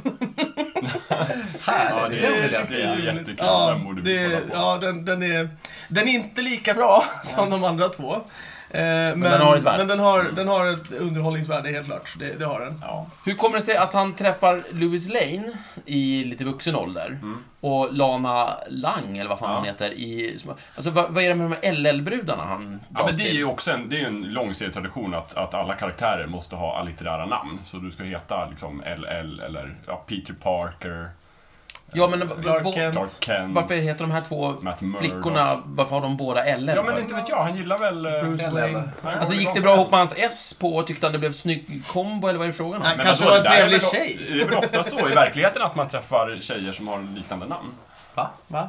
[SPEAKER 3] Ja, det,
[SPEAKER 4] Det vill
[SPEAKER 3] är,
[SPEAKER 4] jag
[SPEAKER 3] det
[SPEAKER 4] säga.
[SPEAKER 3] är ju jättekul.
[SPEAKER 1] Ja,
[SPEAKER 3] den borde vi
[SPEAKER 1] det,
[SPEAKER 3] kolla på.
[SPEAKER 1] ja den, den, är, den är inte lika bra som de andra två. Eh, men,
[SPEAKER 2] den har ett värde.
[SPEAKER 1] men den har, den har ett underhållningsvärde helt klart. Det, det har den.
[SPEAKER 3] Mm. Ja.
[SPEAKER 2] Hur kommer det sig att han träffar Louis Lane i lite vuxen ålder och Lana Lang, eller vad fan
[SPEAKER 3] Mm. Ja.
[SPEAKER 2] hon heter, i... små- Alltså, vad, vad är det med de här LL-brudarna han
[SPEAKER 3] Ja,
[SPEAKER 2] dras
[SPEAKER 3] men det är
[SPEAKER 2] till?
[SPEAKER 3] ju också en, det är ju en lång serietradition att, att alla karaktärer måste ha allitterära namn. Så du ska heta liksom LL eller ja, Peter Parker,
[SPEAKER 2] Ja, men
[SPEAKER 1] Clark
[SPEAKER 2] bo-
[SPEAKER 1] Kent.
[SPEAKER 3] Clark Kent.
[SPEAKER 2] varför heter de här två
[SPEAKER 3] Matt Murdock.
[SPEAKER 2] flickorna, varför har de båda LL?
[SPEAKER 3] Ja men
[SPEAKER 2] för?
[SPEAKER 3] inte vet jag, han gillar väl... eh,
[SPEAKER 1] Bruce
[SPEAKER 4] Eller-
[SPEAKER 1] Wayne.
[SPEAKER 3] han
[SPEAKER 2] Alltså
[SPEAKER 3] går
[SPEAKER 2] gick det
[SPEAKER 3] igång
[SPEAKER 2] bra
[SPEAKER 3] på
[SPEAKER 2] ihop med hans S på och tyckte han det blev snygg kombo, eller vad är det frågan om?
[SPEAKER 1] Nej.
[SPEAKER 3] Men
[SPEAKER 1] Kanske
[SPEAKER 3] vadå,
[SPEAKER 1] var en
[SPEAKER 3] det där är
[SPEAKER 1] trevlig
[SPEAKER 3] väl-
[SPEAKER 1] tjej.
[SPEAKER 3] Det är väl ofta så i verkligheten att man träffar tjejer som har liknande namn.
[SPEAKER 4] Va?
[SPEAKER 1] Va?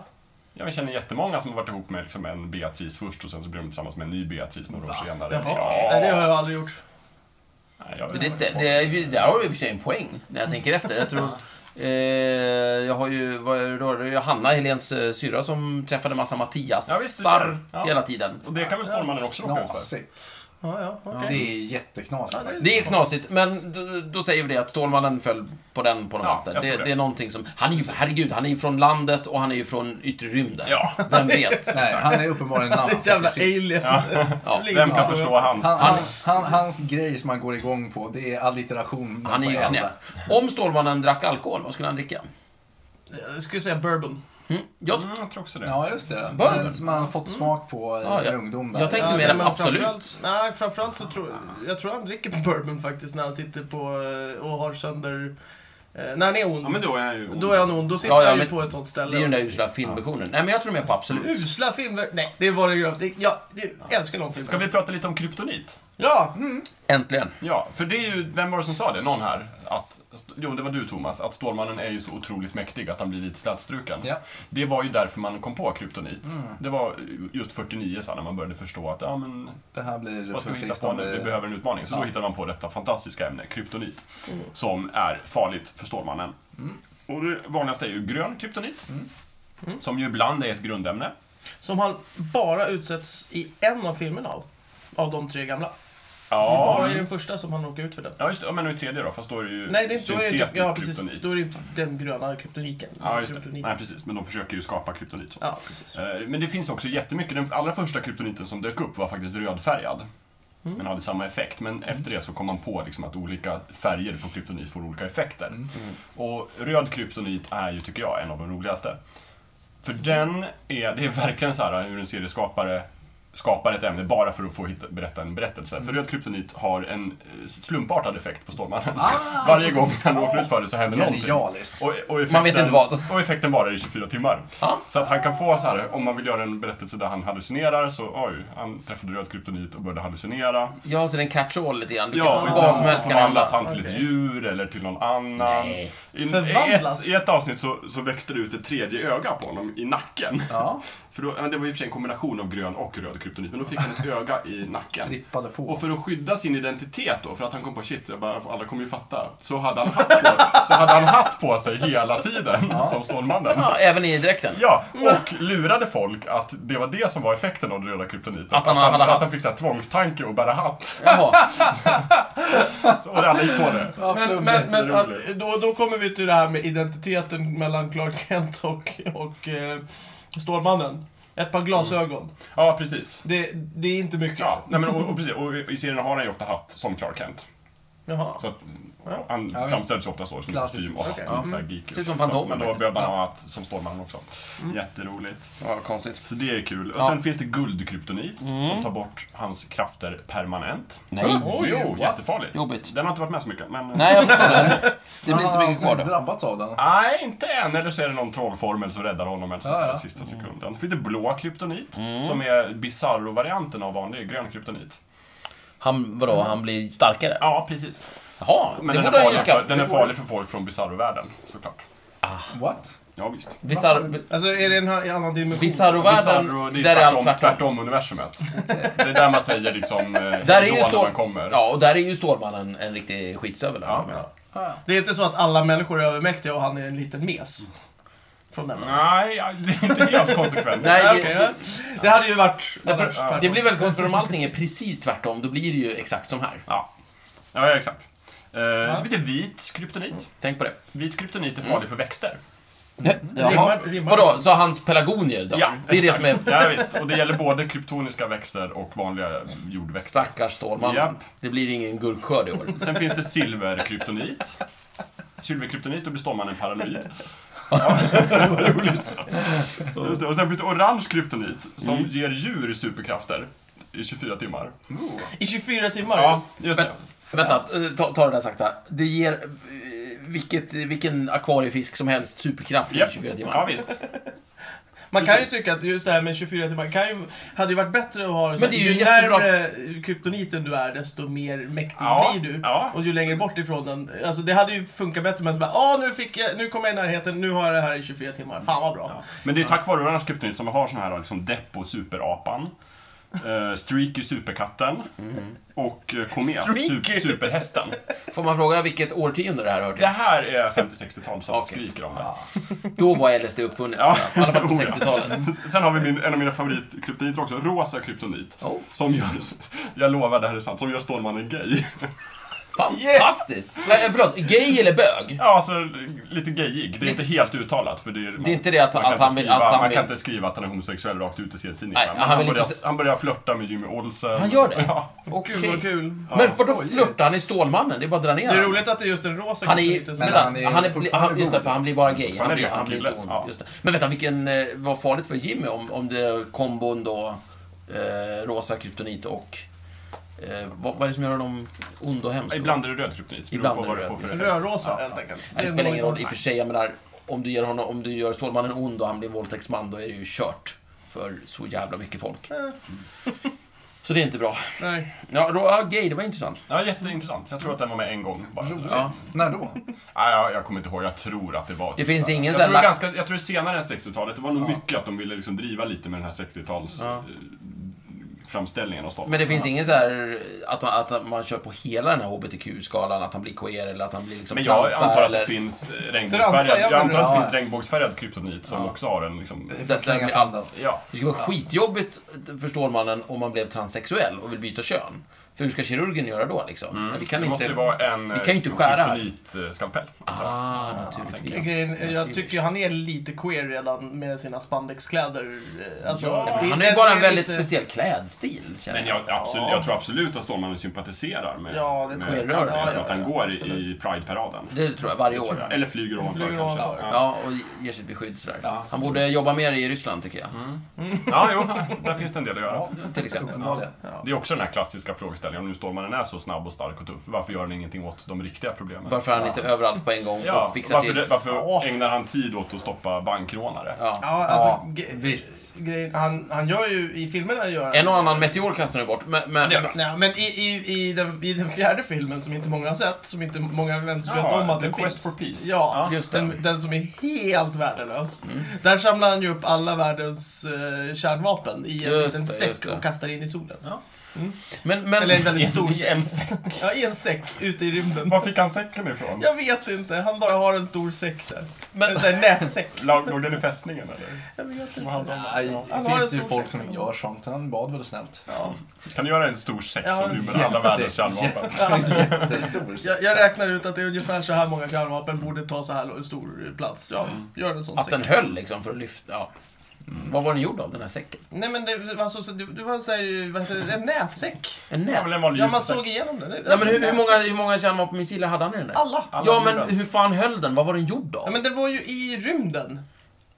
[SPEAKER 3] Jag känner jättemånga som har varit ihop med liksom en Beatrice först och sen så blir de tillsammans med en ny Beatrice några år senare.
[SPEAKER 1] Jaha.
[SPEAKER 3] Ja.
[SPEAKER 1] Nej, det har jag aldrig gjort.
[SPEAKER 3] Nej, jag vet
[SPEAKER 2] Men det,
[SPEAKER 3] inte.
[SPEAKER 2] stä- det, är ju- där har du i och för sig en poäng, när jag tänker efter. Jag tror... Eh, jag har ju, vad är det då? Det är ju Hanna, Helens eh, syrra, som träffade massa
[SPEAKER 3] Ja, visst, du
[SPEAKER 2] Mattiasar
[SPEAKER 3] ser. Ja.
[SPEAKER 2] hela tiden.
[SPEAKER 3] Och det kan väl Stålmannen också råka ut för?
[SPEAKER 4] Knasigt.
[SPEAKER 1] Ja, ja, okej.
[SPEAKER 4] Det är jätteknasigt faktiskt.
[SPEAKER 2] Det är knasigt, men då, då säger vi det att Stålmannen föll på den på något
[SPEAKER 3] Ja,
[SPEAKER 2] vänster.
[SPEAKER 3] jag tror
[SPEAKER 2] Det,
[SPEAKER 3] det.
[SPEAKER 2] det är någonting som... Han är ju, herregud, han är ju från landet och han är ju från yttre rymden.
[SPEAKER 3] Ja.
[SPEAKER 2] Vem vet?
[SPEAKER 4] Nej, han är uppenbarligen namn.
[SPEAKER 1] Jävla alien.
[SPEAKER 2] Ja.
[SPEAKER 3] Vem kan förstå hans?
[SPEAKER 4] Han, han, han, hans grej som han går igång på, det är allitteration.
[SPEAKER 2] Han är ju
[SPEAKER 4] på jävla.
[SPEAKER 2] knäpp. Om Stålmannen drack alkohol, vad skulle han dricka?
[SPEAKER 1] Jag skulle säga bourbon.
[SPEAKER 2] Mm. Jag,
[SPEAKER 3] Mm, jag tror också det.
[SPEAKER 4] Ja, just det.
[SPEAKER 2] Bourbon.
[SPEAKER 4] Det Som han har fått smak på i
[SPEAKER 2] Ja,
[SPEAKER 4] sin
[SPEAKER 2] ja.
[SPEAKER 4] ungdom. Där.
[SPEAKER 2] Jag tänkte-
[SPEAKER 1] Ja,
[SPEAKER 2] mer än
[SPEAKER 1] men
[SPEAKER 2] absolut.
[SPEAKER 1] Framförallt, nej, framförallt så tror jag tror han dricker bourbon faktiskt när han sitter på eh, och har sönder... Eh, när han är ond.
[SPEAKER 3] Ja, men då är han ju...
[SPEAKER 1] Då är han ond. Då sitter
[SPEAKER 2] Ja, ja,
[SPEAKER 1] han ju
[SPEAKER 2] men
[SPEAKER 1] på ett sånt
[SPEAKER 2] det
[SPEAKER 1] ställe.
[SPEAKER 2] är ju den där usla filmversionen. Nej, men jag tror mer på
[SPEAKER 3] Mm.
[SPEAKER 2] Absolut.
[SPEAKER 1] Usla filmer. Nej, det var det grovt. Det- Jag, jag älskar de filmerna.
[SPEAKER 3] Ska vi prata lite om kryptonit?
[SPEAKER 1] Ja!
[SPEAKER 2] Äntligen.
[SPEAKER 3] Ja, för det är ju, vem var det som sa det? Någon här? Att, jo, det var du Thomas, att Stålmannen är ju så otroligt mäktig att han blir lite slätstruken.
[SPEAKER 4] Ja.
[SPEAKER 3] Det var ju därför man kom på kryptonit. Det var just 49 sen när man började förstå att, ja men,
[SPEAKER 4] Det här blir
[SPEAKER 3] vad ska vi hitta på nu? Vi behöver en utmaning. Så då
[SPEAKER 4] Ja.
[SPEAKER 3] hittade man på detta fantastiska ämne, kryptonit,
[SPEAKER 1] Mm.
[SPEAKER 3] som är farligt för Stålmannen. Och det vanligaste är ju grön kryptonit,
[SPEAKER 1] Mm.
[SPEAKER 3] som ju ibland är ett grundämne.
[SPEAKER 1] Som han bara utsätts i en av filmerna av. Av de tre gamla. Det är
[SPEAKER 3] Ja,
[SPEAKER 1] bara i den första som han åker ut för den.
[SPEAKER 3] ja just det. Ja, men och i tredje då, fast då är det ju
[SPEAKER 1] Nej, det, då, är det inte,
[SPEAKER 3] syntetisk
[SPEAKER 1] ja, precis,
[SPEAKER 3] kryptonit.
[SPEAKER 1] då är det inte den gröna kryptoniken.
[SPEAKER 3] Ja, just det.
[SPEAKER 1] Kryptoniten.
[SPEAKER 3] Nej, precis. Men de försöker ju skapa kryptonit. Så.
[SPEAKER 1] Ja, precis.
[SPEAKER 3] Eh, Men det finns också jättemycket. Den allra första kryptoniten som dök upp var faktiskt rödfärgad. Men hade samma effekt. Men efter det så kom man på liksom att olika färger på kryptonit får olika effekter. Och röd kryptonit är ju, tycker jag, en av de roligaste. För den är, det är verkligen så här eh, hur en serieskapare skapar ett ämne bara för att få hitta, berätta en berättelse. För röd kryptonit har en eh, slumpartad effekt på Stålmannen. Varje gång han åker ut för det så händer någonting.
[SPEAKER 4] Genialiskt.
[SPEAKER 3] Och, och effekten,
[SPEAKER 2] Man vet inte vad.
[SPEAKER 3] Och effekten varar i 24 timmar.
[SPEAKER 2] Ja.
[SPEAKER 3] Så att han kan få så här, om man vill göra en berättelse där han hallucinerar så, oj, han träffade röd kryptonit och började hallucinera.
[SPEAKER 2] Ja, så den catch-all lite grann. Du
[SPEAKER 3] Ja,
[SPEAKER 2] kan,
[SPEAKER 3] och
[SPEAKER 2] vad som
[SPEAKER 3] ibland
[SPEAKER 2] helst
[SPEAKER 3] så
[SPEAKER 2] kan hända.
[SPEAKER 3] förvandlas han till ett djur eller till någon annan.
[SPEAKER 2] Nej.
[SPEAKER 3] I, i,
[SPEAKER 1] Förvandlas?
[SPEAKER 3] ett, I ett avsnitt så, så växte det ut ett tredje öga på honom i nacken.
[SPEAKER 4] Ja,
[SPEAKER 3] För då, men det var i och för sig en kombination av grön och röd kryptonit, men då fick han ett öga i nacken.
[SPEAKER 4] trippade på.
[SPEAKER 3] Och för att skydda sin identitet då, för att han kom på shit, jag bara, alla kommer ju fatta. Så hade han hatt på, så hade han hatt på sig hela tiden som Stålmannen.
[SPEAKER 2] Ja, även i dräkten.
[SPEAKER 3] Ja, och lurade folk att det var det som var effekten av den röda kryptoniten.
[SPEAKER 2] Att han hade
[SPEAKER 3] att
[SPEAKER 2] hatt.
[SPEAKER 3] han fick så här, tvångstanke och bära hatt.
[SPEAKER 2] Jaha.
[SPEAKER 3] Och alla gick på det.
[SPEAKER 1] Men, men, men att, då, då kommer vi till det här med identiteten mellan Clark Kent och, och eh, Stålmannen. Ett par glasögon.
[SPEAKER 3] Ja, precis.
[SPEAKER 1] Det, det är inte mycket.
[SPEAKER 3] Ja, nej men, och, och, precis. och i i serien har han ju ofta hatt som Clark Kent.
[SPEAKER 1] Jaha.
[SPEAKER 3] Så att, ja, han
[SPEAKER 4] Ja, visst.
[SPEAKER 3] framställs ofta så, som en kostym
[SPEAKER 4] Klassiskt.
[SPEAKER 3] och hatt.
[SPEAKER 1] Okej.
[SPEAKER 3] och så här geek.
[SPEAKER 2] Mm. Ser ut som Fantomen
[SPEAKER 3] Men då
[SPEAKER 2] faktiskt.
[SPEAKER 3] behövde han ha hatt som Stålmannen också. Jätteroligt.
[SPEAKER 2] Ja, konstigt.
[SPEAKER 3] Så det är kul. Och
[SPEAKER 2] Ja. Mm.
[SPEAKER 3] sen finns det guldkryptonit som tar bort hans krafter permanent.
[SPEAKER 2] Nej.
[SPEAKER 1] Oj,
[SPEAKER 3] jo,
[SPEAKER 1] what?
[SPEAKER 3] jättefarligt.
[SPEAKER 2] Jobbigt.
[SPEAKER 3] Den har inte varit med så mycket, men...
[SPEAKER 2] Nej, jag förstår det. Det blir
[SPEAKER 4] han
[SPEAKER 2] inte
[SPEAKER 4] har
[SPEAKER 2] mycket kvar
[SPEAKER 4] alltså
[SPEAKER 2] då.
[SPEAKER 4] drabbats av den.
[SPEAKER 3] Nej, inte än. Eller så är det någon trollformel som räddar honom eller så
[SPEAKER 4] Ja,
[SPEAKER 3] där
[SPEAKER 4] ja.
[SPEAKER 3] i sista
[SPEAKER 2] Mm.
[SPEAKER 3] sekunden. Finns det blå kryptonit, som är bizarro-varianten av vanlig grön kryptonit.
[SPEAKER 2] Han, vadå, han blir starkare?
[SPEAKER 3] Ja, precis.
[SPEAKER 2] Jaha,
[SPEAKER 3] Men
[SPEAKER 2] det
[SPEAKER 3] den,
[SPEAKER 2] borde
[SPEAKER 3] är
[SPEAKER 2] han ju
[SPEAKER 3] farlig för,
[SPEAKER 2] skaffa.
[SPEAKER 3] den är farlig för folk från bizarro-världen, såklart.
[SPEAKER 4] What?
[SPEAKER 3] Ja, visst.
[SPEAKER 2] Bizarro-
[SPEAKER 1] Alltså är det en ha- en annan dimension?
[SPEAKER 3] Bizarro,
[SPEAKER 2] Bizarro-världen,
[SPEAKER 3] det är
[SPEAKER 2] där är allt
[SPEAKER 3] tvärtom,
[SPEAKER 2] tvärtom.
[SPEAKER 3] tvärtom universumet. Det är där man säger liksom,
[SPEAKER 2] Där
[SPEAKER 3] där
[SPEAKER 2] är ju
[SPEAKER 3] när
[SPEAKER 2] stål...
[SPEAKER 3] man kommer.
[SPEAKER 2] Ja, och där är ju Stålmannen en riktig skitstövel.
[SPEAKER 3] Ja.
[SPEAKER 2] Ja.
[SPEAKER 4] Ah,
[SPEAKER 1] Det är inte så att alla människor är övermäktiga och han är en liten mes. Från den.
[SPEAKER 3] Nej, ja, det är inte helt konsekvent.
[SPEAKER 1] Nej,
[SPEAKER 2] Nej, det-
[SPEAKER 1] okej, ja. Det hade ju varit...
[SPEAKER 2] Därför,
[SPEAKER 1] annars-
[SPEAKER 2] det blir väldigt konstigt, för om allting är precis tvärtom, då blir det ju exakt som här.
[SPEAKER 3] Ja, ja exakt. Eh, Så finns det vit kryptonit.
[SPEAKER 2] Tänk på det.
[SPEAKER 3] Vit kryptonit är farlig för växter.
[SPEAKER 2] Jaha.
[SPEAKER 1] Rimmar- rimmar-
[SPEAKER 2] Vadå, så hans pelagonier då? det är det
[SPEAKER 3] exakt.
[SPEAKER 2] som är
[SPEAKER 3] Ja, visst. Och det gäller både kryptoniska växter och vanliga jordväxter.
[SPEAKER 2] stackars Stålmannen.
[SPEAKER 3] Japp.
[SPEAKER 2] Det blir ingen guldskörd i år.
[SPEAKER 3] Sen finns det silverkryptonit. Silverkryptonit, då blir Stålmannen paranoid. Ja, vad roligt. Just det. Och sen finns det orange kryptonit som ger djur superkrafter i 24 timmar.
[SPEAKER 1] I 24 timmar?
[SPEAKER 3] Just det.
[SPEAKER 2] Vänta, eh, ta, ta det där sakta. Det ger eh, vilket, vilken akvariefisk som helst superkraft i
[SPEAKER 3] Japp.
[SPEAKER 2] 24 timmar.
[SPEAKER 3] Ja, visst.
[SPEAKER 1] Man kan ju tycka att just det här med 24 timmar kan ju, hade ju varit bättre att ha det så
[SPEAKER 2] Men
[SPEAKER 1] att
[SPEAKER 2] det är ju
[SPEAKER 1] ju
[SPEAKER 2] jättebra-
[SPEAKER 1] närmare kryptoniten du är, desto mer mäktig
[SPEAKER 3] Ja,
[SPEAKER 1] blir du.
[SPEAKER 3] ja.
[SPEAKER 1] Och ju längre bort ifrån den. Alltså det hade ju funkat bättre men så bara, ah, nu, fick jag, nu kom jag i närheten, nu har jag det här i 24 timmar. Fan vad bra.
[SPEAKER 3] Ja. Men det är tack vare Orange Kryptonit som har sån här liksom Deppo superapan, eh, Streaky superkatten och eh, Komet
[SPEAKER 1] Streaky.
[SPEAKER 3] sup- superhästen.
[SPEAKER 2] Får man fråga vilket årtionde det här hör
[SPEAKER 3] Det
[SPEAKER 2] till?
[SPEAKER 3] här är 50-60-tal som
[SPEAKER 2] Okej.
[SPEAKER 3] skriker om det.
[SPEAKER 2] Då var LSD uppfunnet,
[SPEAKER 3] Ja.
[SPEAKER 2] tror jag. i alla fall på
[SPEAKER 3] Oh, ja.
[SPEAKER 2] 60-talet.
[SPEAKER 3] Sen har vi min, en av mina favoritkryptoniter också, Rosa kryptonit.
[SPEAKER 2] Oh.
[SPEAKER 3] Som gör, jag lovar det här är sant, som gör Stålmannen gay.
[SPEAKER 2] Fantastiskt! Nej, förlåt, gay eller bög?
[SPEAKER 3] Ja, alltså lite gayig. Det är inte helt uttalat för det är...
[SPEAKER 2] Det är inte det att,
[SPEAKER 3] Man kan,
[SPEAKER 2] att han
[SPEAKER 3] inte
[SPEAKER 2] vill...
[SPEAKER 3] skriva,
[SPEAKER 2] Att han
[SPEAKER 3] man
[SPEAKER 2] vill...
[SPEAKER 3] kan inte skriva att han är homosexuell rakt ut i serietidningarna.
[SPEAKER 2] Nej,
[SPEAKER 3] Men
[SPEAKER 2] han
[SPEAKER 3] han,
[SPEAKER 2] vill
[SPEAKER 3] börjar,
[SPEAKER 2] inte s-
[SPEAKER 3] han börjar flörta med Jimmy Olsen.
[SPEAKER 2] Han gör det?
[SPEAKER 3] Ja.
[SPEAKER 2] Okej.
[SPEAKER 1] Gud vad kul.
[SPEAKER 2] Men vadå flörtar han i Stålmannen? Det är bara att dra ner
[SPEAKER 1] Det är
[SPEAKER 2] honom.
[SPEAKER 1] roligt att det är just den rosa
[SPEAKER 2] Han är,
[SPEAKER 1] kryptoniten
[SPEAKER 2] vänta,
[SPEAKER 1] som-
[SPEAKER 4] Men
[SPEAKER 2] han
[SPEAKER 4] han
[SPEAKER 2] är,
[SPEAKER 4] är
[SPEAKER 2] han
[SPEAKER 4] fortfarande
[SPEAKER 2] just det, för
[SPEAKER 4] god.
[SPEAKER 2] han blir bara gay. Han
[SPEAKER 3] Fortfarande
[SPEAKER 2] blir,
[SPEAKER 3] god
[SPEAKER 2] han blir inte
[SPEAKER 3] kille,
[SPEAKER 2] ond.
[SPEAKER 3] ja.
[SPEAKER 2] Just det. Men vänta, vilken eh, var farligt för Jimmy om, om det kombon då, eh, rosa kryptonit och... Eh, vad, vad är det som gör honom ond och hemsk? då?
[SPEAKER 3] Ibland är det röd kryptonit. Ibland
[SPEAKER 2] Ibland
[SPEAKER 3] på
[SPEAKER 2] är
[SPEAKER 3] vad
[SPEAKER 2] det
[SPEAKER 3] du får
[SPEAKER 2] röd
[SPEAKER 3] för
[SPEAKER 1] Rödrosa
[SPEAKER 3] Ja.
[SPEAKER 1] helt enkelt.
[SPEAKER 2] Nej, det
[SPEAKER 1] är
[SPEAKER 2] spelar ingen
[SPEAKER 1] nog-
[SPEAKER 2] roll i och för sig. Jag menar, om du gör, honom, om du gör Stålmannen ond och han blir en våldtäktsman, då är det ju kört. För så jävla mycket folk.
[SPEAKER 1] Eh.
[SPEAKER 2] Så det är inte bra.
[SPEAKER 1] Nej.
[SPEAKER 2] Ja, då, ja gay, det var intressant.
[SPEAKER 3] Ja, jätteintressant. Jag tror att den var med en gång bara.
[SPEAKER 4] Roligt.
[SPEAKER 2] Ja.
[SPEAKER 4] När då?
[SPEAKER 3] Nej, jag, jag kommer inte ihåg. Jag tror att det var...
[SPEAKER 2] Det finns ingen
[SPEAKER 3] jag
[SPEAKER 2] sån här
[SPEAKER 3] tror, det är
[SPEAKER 2] la-
[SPEAKER 3] ganska, jag tror det är senare än 60-talet. Det var nog mycket att de ville liksom driva lite med den här 60-tals...
[SPEAKER 2] Ja.
[SPEAKER 3] eh, framställningen av Stålmannen.
[SPEAKER 2] Men det finns ingen så här att man, att man kör på hela den här HBTQ-skalan, att han blir queer eller att han blir liksom
[SPEAKER 3] Men jag
[SPEAKER 2] transar
[SPEAKER 3] antar att
[SPEAKER 2] eller...
[SPEAKER 3] det finns eh,
[SPEAKER 1] Transa,
[SPEAKER 3] regnbågsfärgad,
[SPEAKER 1] ja, Eh,
[SPEAKER 3] jag antar att det
[SPEAKER 4] men-
[SPEAKER 3] finns regnbågsfärgad kryptonit som också har en liksom...
[SPEAKER 4] Vi
[SPEAKER 2] Där-
[SPEAKER 4] får
[SPEAKER 2] där
[SPEAKER 4] slänga
[SPEAKER 2] blir
[SPEAKER 4] fram
[SPEAKER 2] allt-
[SPEAKER 4] den.
[SPEAKER 3] Ja.
[SPEAKER 2] Det skulle vara skitjobbigt, förstår mannen, om man blev transsexuell och vill byta kön. För hur ska kirurgen göra då liksom? Men vi kan
[SPEAKER 3] Mm. det måste
[SPEAKER 2] inte...
[SPEAKER 3] ju vara en eh,
[SPEAKER 2] vi kan ju inte skära här.
[SPEAKER 3] kryptonitskalpell.
[SPEAKER 2] Ah, naturligtvis.
[SPEAKER 1] Grejen, Jag tycker ju han är lite queer redan med sina spandexkläder. Eh, Alltså,
[SPEAKER 3] Ja,
[SPEAKER 1] det-
[SPEAKER 2] Han har ju
[SPEAKER 1] det-
[SPEAKER 2] bara
[SPEAKER 1] det
[SPEAKER 2] en väldigt
[SPEAKER 1] lite-
[SPEAKER 2] speciell klädstil, känner
[SPEAKER 3] Men jag, absolut, jag tror absolut att Stålmannen sympatiserar med,
[SPEAKER 1] Ja, det
[SPEAKER 3] med
[SPEAKER 1] tror
[SPEAKER 2] jag.
[SPEAKER 3] Pride.
[SPEAKER 2] Ja,
[SPEAKER 3] så
[SPEAKER 1] ja,
[SPEAKER 3] att han
[SPEAKER 1] ja,
[SPEAKER 3] går
[SPEAKER 1] absolut.
[SPEAKER 3] i Pride-paraden.
[SPEAKER 2] Det tror jag, varje år.
[SPEAKER 3] Eller flyger ovanför
[SPEAKER 1] Flyger
[SPEAKER 3] kanske.
[SPEAKER 1] ovanför,
[SPEAKER 3] Ja.
[SPEAKER 2] Ja, och ger sitt beskydd sådär. Han borde jobba mer i Ryssland, tycker jag.
[SPEAKER 3] Mm. ja, jo, där finns det en del att göra.
[SPEAKER 2] Till exempel.
[SPEAKER 4] Uppenbarligen.
[SPEAKER 3] Det är också den här klassiska frågeställningen, om nu Stålmannen är så snabb och stark och tuff, varför gör han ingenting åt de riktiga problemen?
[SPEAKER 2] Varför är han inte överallt på en gång
[SPEAKER 3] Ja,
[SPEAKER 2] och fixar
[SPEAKER 3] varför,
[SPEAKER 2] till...
[SPEAKER 3] det, varför
[SPEAKER 1] Ja.
[SPEAKER 3] ägnar han tid åt att stoppa bankrånare?
[SPEAKER 2] Ja.
[SPEAKER 1] Ja, alltså, ge-
[SPEAKER 4] Visst.
[SPEAKER 1] grejen, han, han gör ju, i filmerna gör han...
[SPEAKER 2] En och annan meteor kastar han ju bort, men... men
[SPEAKER 1] Nej, men i, i, i, den, i den fjärde filmen som inte många har sett, som inte många ens vet
[SPEAKER 3] Ja,
[SPEAKER 1] om att
[SPEAKER 3] The
[SPEAKER 1] den finns.
[SPEAKER 3] Quest for Peace.
[SPEAKER 1] Ja,
[SPEAKER 3] Ja.
[SPEAKER 2] Just det.
[SPEAKER 1] den, den som är helt värdelös.
[SPEAKER 2] Mm.
[SPEAKER 1] Där samlar han ju upp alla världens eh, kärnvapen i en
[SPEAKER 2] Just
[SPEAKER 1] liten
[SPEAKER 2] det, just
[SPEAKER 1] säck
[SPEAKER 2] det.
[SPEAKER 1] och kastar in i solen.
[SPEAKER 2] Men,
[SPEAKER 1] Eller en
[SPEAKER 2] men...
[SPEAKER 1] väldigt stor
[SPEAKER 3] I en säck.
[SPEAKER 1] Ja, i en säck ute i rymden.
[SPEAKER 3] Var fick han säcken ifrån?
[SPEAKER 1] Jag vet inte, han bara har en stor säck där.
[SPEAKER 2] Men-
[SPEAKER 1] En sån här nätsäck.
[SPEAKER 3] Låg låg den i fästningen eller?
[SPEAKER 1] Jag vet
[SPEAKER 3] Vad
[SPEAKER 1] inte.
[SPEAKER 3] hade han-
[SPEAKER 4] Nej,
[SPEAKER 3] ja.
[SPEAKER 1] Han
[SPEAKER 4] det
[SPEAKER 1] har
[SPEAKER 4] finns
[SPEAKER 1] en
[SPEAKER 4] ju
[SPEAKER 1] stor
[SPEAKER 4] folk
[SPEAKER 1] käft.
[SPEAKER 4] som gör sånt. Han bad väl snällt.
[SPEAKER 1] Ja.
[SPEAKER 3] Kan du göra en stor säck
[SPEAKER 1] Ja,
[SPEAKER 3] som rymmer alla världens kärnvapen?
[SPEAKER 4] Jättestor.
[SPEAKER 1] Jag, jag räknar ut att det är ungefär så här många kärnvapen borde ta så här stor plats. Ja,
[SPEAKER 2] Mm.
[SPEAKER 1] gör en sån
[SPEAKER 2] Att
[SPEAKER 1] säck.
[SPEAKER 2] den höll liksom för att lyfta... Ja. Mm. Vad var den gjord av, den här säcken?
[SPEAKER 1] Nej men det var, så, så- det, det var så här, vad heter det, en nätsäck.
[SPEAKER 2] En
[SPEAKER 3] Ja,
[SPEAKER 2] nät?
[SPEAKER 3] men en vanlig
[SPEAKER 1] Ja, man
[SPEAKER 3] ljussäck.
[SPEAKER 1] såg igenom den. alltså
[SPEAKER 2] Ja, men hur, hur många, hur många kärnvapenmissiler hade han i den där?
[SPEAKER 1] Alla.
[SPEAKER 2] Ja,
[SPEAKER 3] Alla
[SPEAKER 2] men
[SPEAKER 3] gjorde.
[SPEAKER 2] hur fan höll den? Vad var den gjord
[SPEAKER 1] Ja,
[SPEAKER 2] av?
[SPEAKER 1] men det var ju i rymden.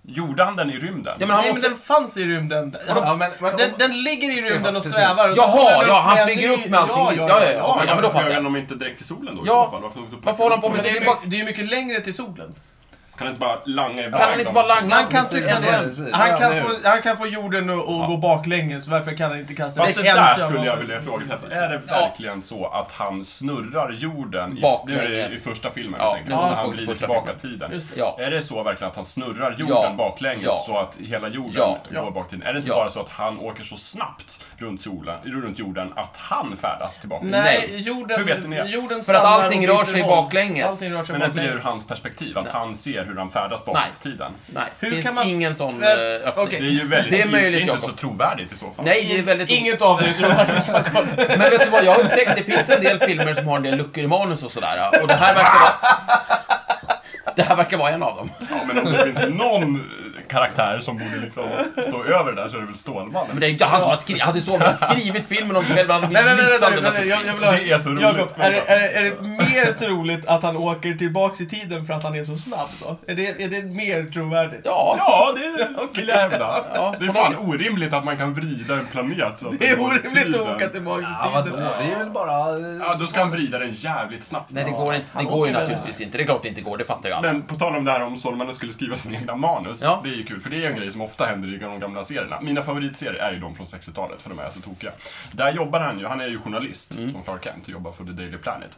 [SPEAKER 3] Gjorde han den i rymden?
[SPEAKER 2] Ja, men han
[SPEAKER 1] Nej,
[SPEAKER 2] måste...
[SPEAKER 1] men den fanns i rymden.
[SPEAKER 4] Ja, men, men,
[SPEAKER 1] Den, den ligger i rymden och
[SPEAKER 4] Precis.
[SPEAKER 1] svävar. och så kommer den
[SPEAKER 2] Jaha, ja,
[SPEAKER 1] upp med
[SPEAKER 2] han
[SPEAKER 1] en
[SPEAKER 2] flyger
[SPEAKER 1] ny-
[SPEAKER 2] upp med allting dit. Ja, ja, ja. Okej, ja, men då fattar
[SPEAKER 3] Varför
[SPEAKER 2] jag.
[SPEAKER 3] flög de inte direkt till solen då i
[SPEAKER 2] Ja.
[SPEAKER 3] så fall? Varför, åkte de
[SPEAKER 2] Varför håller han på
[SPEAKER 1] Men
[SPEAKER 2] med
[SPEAKER 1] det, är,
[SPEAKER 2] sin...
[SPEAKER 1] mycket- det är ju mycket längre till solen.
[SPEAKER 3] Kan han inte bara langa iväg
[SPEAKER 2] Kan han inte
[SPEAKER 3] dem?
[SPEAKER 2] bara langa?
[SPEAKER 1] Han kan
[SPEAKER 2] Precis,
[SPEAKER 1] tycka
[SPEAKER 2] en-
[SPEAKER 1] det.
[SPEAKER 2] en-
[SPEAKER 4] precis.
[SPEAKER 1] Han
[SPEAKER 4] Ja,
[SPEAKER 1] kan,
[SPEAKER 4] nu.
[SPEAKER 1] få, han kan få jorden att att gå baklänges, varför kan han inte kasta
[SPEAKER 3] Fast det
[SPEAKER 1] en
[SPEAKER 3] där
[SPEAKER 1] kärnvapen?
[SPEAKER 3] skulle jag vilja ifrågasätta. Är det verkligen så att han snurrar jorden i, nu är det i
[SPEAKER 2] Baklänges.
[SPEAKER 3] första filmen
[SPEAKER 2] Ja,
[SPEAKER 3] jag tänker
[SPEAKER 2] nu
[SPEAKER 3] på,
[SPEAKER 2] har
[SPEAKER 3] när
[SPEAKER 2] vi
[SPEAKER 3] han
[SPEAKER 2] gått till
[SPEAKER 3] vrider
[SPEAKER 2] första
[SPEAKER 3] tillbaka
[SPEAKER 2] filmen.
[SPEAKER 3] tiden.
[SPEAKER 1] Just det.
[SPEAKER 2] Ja.
[SPEAKER 3] Är det så verkligen att han snurrar jorden
[SPEAKER 2] Ja.
[SPEAKER 3] baklänges
[SPEAKER 2] Ja.
[SPEAKER 3] så att hela jorden
[SPEAKER 2] Ja.
[SPEAKER 1] Ja.
[SPEAKER 3] går bak till Är det inte
[SPEAKER 2] Ja.
[SPEAKER 3] bara så att han åker så snabbt runt, solen, runt jorden att han färdas tillbaka?
[SPEAKER 1] Nej,
[SPEAKER 2] Nej.
[SPEAKER 1] jorden,
[SPEAKER 3] Hur vet ni det?
[SPEAKER 1] jorden
[SPEAKER 2] För att
[SPEAKER 1] stannar
[SPEAKER 2] allting
[SPEAKER 1] och
[SPEAKER 2] rör
[SPEAKER 1] byter
[SPEAKER 2] sig
[SPEAKER 1] roll.
[SPEAKER 2] baklänges.
[SPEAKER 1] Allting rör sig
[SPEAKER 3] Men är inte det ur
[SPEAKER 1] baklänges.
[SPEAKER 3] hans perspektiv? Att han ser hur han färdas bakåt
[SPEAKER 2] Nej.
[SPEAKER 3] i tiden?
[SPEAKER 2] Nej,
[SPEAKER 1] Hur
[SPEAKER 2] det finns
[SPEAKER 1] kan man-
[SPEAKER 2] ingen sån
[SPEAKER 1] Eh,
[SPEAKER 2] eh, öppning.
[SPEAKER 1] okej.
[SPEAKER 3] Det är ju väldigt...
[SPEAKER 2] Det är möjligt,
[SPEAKER 3] inte
[SPEAKER 2] Jakob.
[SPEAKER 3] så trovärdigt i så fall.
[SPEAKER 2] Nej, det är väldigt...
[SPEAKER 1] Inget av det är trovärdigt.
[SPEAKER 2] Men vet du vad, jag har upptäckt det finns en del filmer som har en del luckor i manus och sådär. Och det här verkar vara... Det här verkar vara en av dem.
[SPEAKER 3] Ja, men om det finns någon eh, karaktär som borde liksom stå över det där så är det väl Stålmannen.
[SPEAKER 2] Men det är inte han som har skrivit... Hade Stålman skrivit filmen om sig själv hade han
[SPEAKER 1] Nej,
[SPEAKER 2] blivit
[SPEAKER 1] nej, nej, nej,
[SPEAKER 2] lysande
[SPEAKER 1] nej, nej, jag, jag vill ha...
[SPEAKER 3] Det är så roligt.
[SPEAKER 1] Jakob, är, det- är, det- är det mer troligt att han åker tillbaks i tiden för att han är så snabb då? Är det, är det mer trovärdigt?
[SPEAKER 5] Ja,
[SPEAKER 3] Ja, det vill jag hävda.
[SPEAKER 5] Ja,
[SPEAKER 3] det är
[SPEAKER 5] på
[SPEAKER 3] fan
[SPEAKER 5] något-
[SPEAKER 3] orimligt att man kan vrida en planet så att
[SPEAKER 1] Det
[SPEAKER 3] den
[SPEAKER 1] är
[SPEAKER 3] går i
[SPEAKER 1] orimligt att
[SPEAKER 3] tiden.
[SPEAKER 1] åka tillbaks
[SPEAKER 4] Ja,
[SPEAKER 1] i
[SPEAKER 4] vadå?
[SPEAKER 1] tiden.
[SPEAKER 4] Det är väl bara... eh,
[SPEAKER 3] Ja, då ska han vrida den jävligt snabbt.
[SPEAKER 2] Nej, det går, inte, det
[SPEAKER 1] han
[SPEAKER 2] går ju
[SPEAKER 1] åker väl
[SPEAKER 2] naturligtvis inte. Det är klart det inte går, det fattar ju alla.
[SPEAKER 3] Men på tal om det här om Solmanen skulle skriva sina egna manus.
[SPEAKER 2] Ja.
[SPEAKER 3] Det är ju kul, för det är ju en grej som ofta händer i de gamla serierna. Mina favoritserier är ju de från 60-talet, för de är så tokiga. Där jobbar han ju, han är ju journalist som Clark Kent och jobbar för The Daily Planet.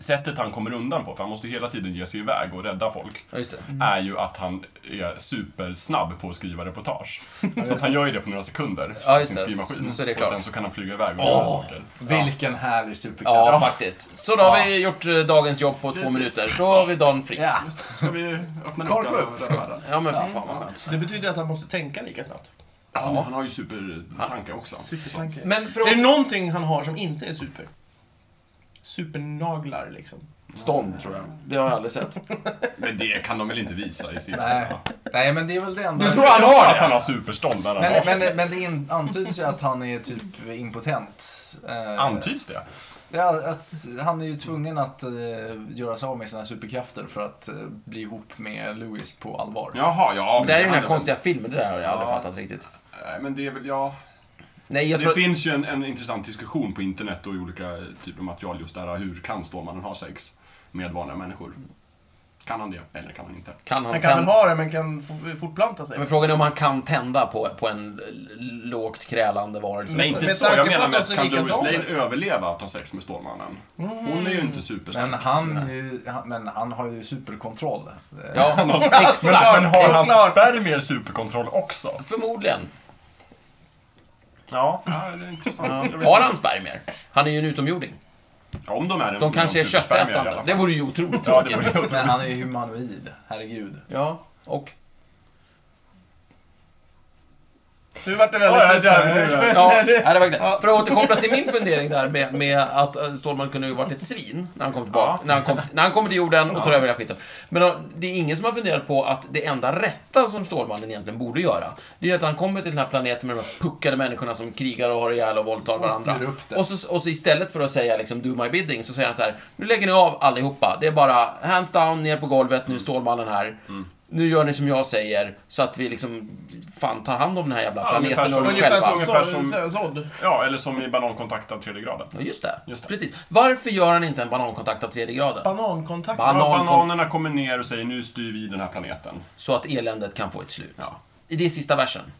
[SPEAKER 3] Sättet han kommer undan på, för han måste ju hela tiden ge sig iväg och rädda folk,
[SPEAKER 2] Ja, just det.
[SPEAKER 3] är ju att han är supersnabb på att skriva reportage. Så att han gör ju det på några sekunder,
[SPEAKER 2] Ja, just
[SPEAKER 3] sin
[SPEAKER 2] det.
[SPEAKER 3] skrivmaskin.
[SPEAKER 2] Så- så det är
[SPEAKER 3] och
[SPEAKER 2] klart.
[SPEAKER 3] sen så kan han flyga iväg och göra
[SPEAKER 4] Åh.
[SPEAKER 3] saker.
[SPEAKER 4] Vilken härlig superkraft.
[SPEAKER 2] Ja, faktiskt. Så då har vi gjort eh, dagens jobb på två
[SPEAKER 3] Precis.
[SPEAKER 2] minuter. Då har vi dagen fri.
[SPEAKER 4] Ja.
[SPEAKER 3] Just det. Ska vi öppna
[SPEAKER 4] Kork
[SPEAKER 3] luckan
[SPEAKER 4] upp.
[SPEAKER 3] och röra den?
[SPEAKER 2] Ja, men fy fan vad skönt.
[SPEAKER 1] Det betyder att han måste tänka lika snabbt.
[SPEAKER 3] Ja, men han har ju supertankar också.
[SPEAKER 1] Supertanke.
[SPEAKER 2] Men
[SPEAKER 1] Är det
[SPEAKER 2] från
[SPEAKER 1] någonting han har som inte är super? Supernaglar liksom.
[SPEAKER 5] Stånd, tror jag.
[SPEAKER 2] Det har jag aldrig sett.
[SPEAKER 3] Men det kan de väl inte visa i serien?
[SPEAKER 4] Nej.
[SPEAKER 3] va?
[SPEAKER 4] Nej, men det är väl det enda...
[SPEAKER 5] Du tror han har
[SPEAKER 3] Att han
[SPEAKER 5] det?
[SPEAKER 3] har superstånd när han har
[SPEAKER 4] Men,
[SPEAKER 3] men,
[SPEAKER 4] men, men det in, antyds ju att han är typ impotent. Eh,
[SPEAKER 3] Antyds det?
[SPEAKER 4] Ja, att han är ju tvungen att eh, göra sig av med sina superkrafter för att eh, bli ihop med Louis på allvar.
[SPEAKER 3] Jaha, ja.
[SPEAKER 2] Det här är ju
[SPEAKER 3] han
[SPEAKER 2] den här
[SPEAKER 3] väl-
[SPEAKER 2] konstiga filmen, det där har jag aldrig
[SPEAKER 3] Ja.
[SPEAKER 2] fattat riktigt.
[SPEAKER 3] Nej, Men det är väl, ja.
[SPEAKER 2] Nej, jag
[SPEAKER 3] det
[SPEAKER 2] tror...
[SPEAKER 3] finns ju en, en intressant diskussion på internet och i olika typer av material just där. Hur kan Stålmannen ha sex med vanliga människor? Kan han det, eller kan han inte?
[SPEAKER 2] Kan han,
[SPEAKER 1] Han kan väl
[SPEAKER 2] kan...
[SPEAKER 1] ha det, men kan f- fortplanta sig.
[SPEAKER 2] Men frågan är om han kan tända på, på en l- lågt krälande varelse.
[SPEAKER 3] Nej, inte
[SPEAKER 1] med
[SPEAKER 3] så. Jag
[SPEAKER 1] tanke på
[SPEAKER 3] menar
[SPEAKER 1] att de
[SPEAKER 3] mest,
[SPEAKER 1] ser
[SPEAKER 3] kan
[SPEAKER 1] likadana
[SPEAKER 3] Louis Lane
[SPEAKER 1] ut.
[SPEAKER 3] överleva att ha sex med Stålmannen? Hon är ju inte superstark.
[SPEAKER 4] Men han, är ju, han- men han har ju superkontroll. Eh,
[SPEAKER 2] Ja,
[SPEAKER 3] Men,
[SPEAKER 2] exakt.
[SPEAKER 3] men har han
[SPEAKER 1] Klart.
[SPEAKER 3] spermier superkontroll också?
[SPEAKER 2] Förmodligen.
[SPEAKER 3] Ja, ja det är intressant.
[SPEAKER 2] Ja.
[SPEAKER 3] Jag vet
[SPEAKER 2] Har
[SPEAKER 3] inte.
[SPEAKER 2] han spermier? Han är ju en utomjording.
[SPEAKER 3] Om Alltså, de är en
[SPEAKER 2] De
[SPEAKER 3] sån
[SPEAKER 2] kanske är
[SPEAKER 3] superspermier i alla
[SPEAKER 2] köttätande.
[SPEAKER 3] fall.
[SPEAKER 2] Det vore ju otroligt
[SPEAKER 3] Ja, det
[SPEAKER 2] tråkigt.
[SPEAKER 3] vore
[SPEAKER 4] Men han är ju humanoid, herregud.
[SPEAKER 2] Ja, och...
[SPEAKER 1] Nu vart det
[SPEAKER 3] Ja, ja,
[SPEAKER 1] väldigt tyst
[SPEAKER 3] ja, ja,
[SPEAKER 1] här.
[SPEAKER 2] Ja, nej, det var det.
[SPEAKER 1] Ja.
[SPEAKER 2] För att återkoppla till min fundering där med, med att eh, Stålman kunde ju varit ett svin när han kom tillbaka,
[SPEAKER 3] Ja.
[SPEAKER 2] när, han kom, när han kommer till jorden och tar över hela skiten. Men eh, det är ingen som har funderat på att det enda rätta som Stålmannen egentligen borde göra, det är att han kommer till den här planeten med de här puckade människorna som krigar och har ihjäl och våldtar varandra.
[SPEAKER 4] styr upp det.
[SPEAKER 2] Och så, och så istället för att säga liksom do my bidding, så säger han så här, nu lägger ni av allihopa. Det är bara hands down, ner på golvet, nu är Stålmannen här. Nu gör ni som jag säger, så att vi liksom fan tar hand om den här jävla
[SPEAKER 3] Ja,
[SPEAKER 2] planeten
[SPEAKER 3] ungefär så-
[SPEAKER 2] och oss
[SPEAKER 1] Ungefär
[SPEAKER 2] själva.
[SPEAKER 1] som,
[SPEAKER 3] Ungefär
[SPEAKER 1] ungefär
[SPEAKER 3] som-
[SPEAKER 1] Zod.
[SPEAKER 3] Ja, eller som i banankontakt av tredje graden.
[SPEAKER 2] Ja, just det.
[SPEAKER 3] Just det.
[SPEAKER 2] Precis. Varför gör han inte en banankontakt av tredje graden?
[SPEAKER 1] Banankontakt.
[SPEAKER 2] Banan-
[SPEAKER 3] Ja,
[SPEAKER 2] kom-
[SPEAKER 3] bananerna kommer ner och säger nu styr vi den här planeten.
[SPEAKER 2] Så att eländet kan få ett slut.
[SPEAKER 3] Ja.
[SPEAKER 2] I det är sista versen.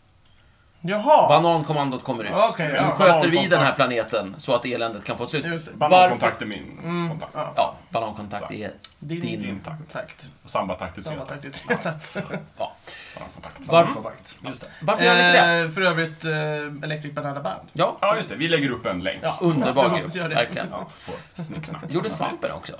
[SPEAKER 1] Jaha!
[SPEAKER 2] Banankommandot kommer ut.
[SPEAKER 1] Okej,
[SPEAKER 2] nu
[SPEAKER 1] ja,
[SPEAKER 2] sköter vi
[SPEAKER 3] banankontakt.
[SPEAKER 2] den här planeten så att eländet kan få ett slut.
[SPEAKER 1] Just det.
[SPEAKER 3] Banankontakt är min
[SPEAKER 2] Mm.
[SPEAKER 3] kontakt.
[SPEAKER 1] Ja.
[SPEAKER 2] Ja, banankontakt är
[SPEAKER 1] Din-
[SPEAKER 2] din.
[SPEAKER 3] Din takt.
[SPEAKER 1] Takt.
[SPEAKER 3] Och sambatakt är
[SPEAKER 1] Samma
[SPEAKER 3] tre.
[SPEAKER 1] takt i tre takt.
[SPEAKER 2] Ja.
[SPEAKER 3] Banankontakt.
[SPEAKER 2] Varför,
[SPEAKER 4] Kontakt.
[SPEAKER 3] Just det.
[SPEAKER 2] varför gör han inte det?
[SPEAKER 1] Eh, För övrigt, eh, Electric Banana Band.
[SPEAKER 2] Ja,
[SPEAKER 3] Ja, just det. Vi lägger upp en länk.
[SPEAKER 1] Ja.
[SPEAKER 2] underbar
[SPEAKER 1] Ja,
[SPEAKER 2] grupp.
[SPEAKER 1] gör det.
[SPEAKER 2] Verkligen.
[SPEAKER 3] Ja, på snicksnack.
[SPEAKER 2] Gjorde svampen också?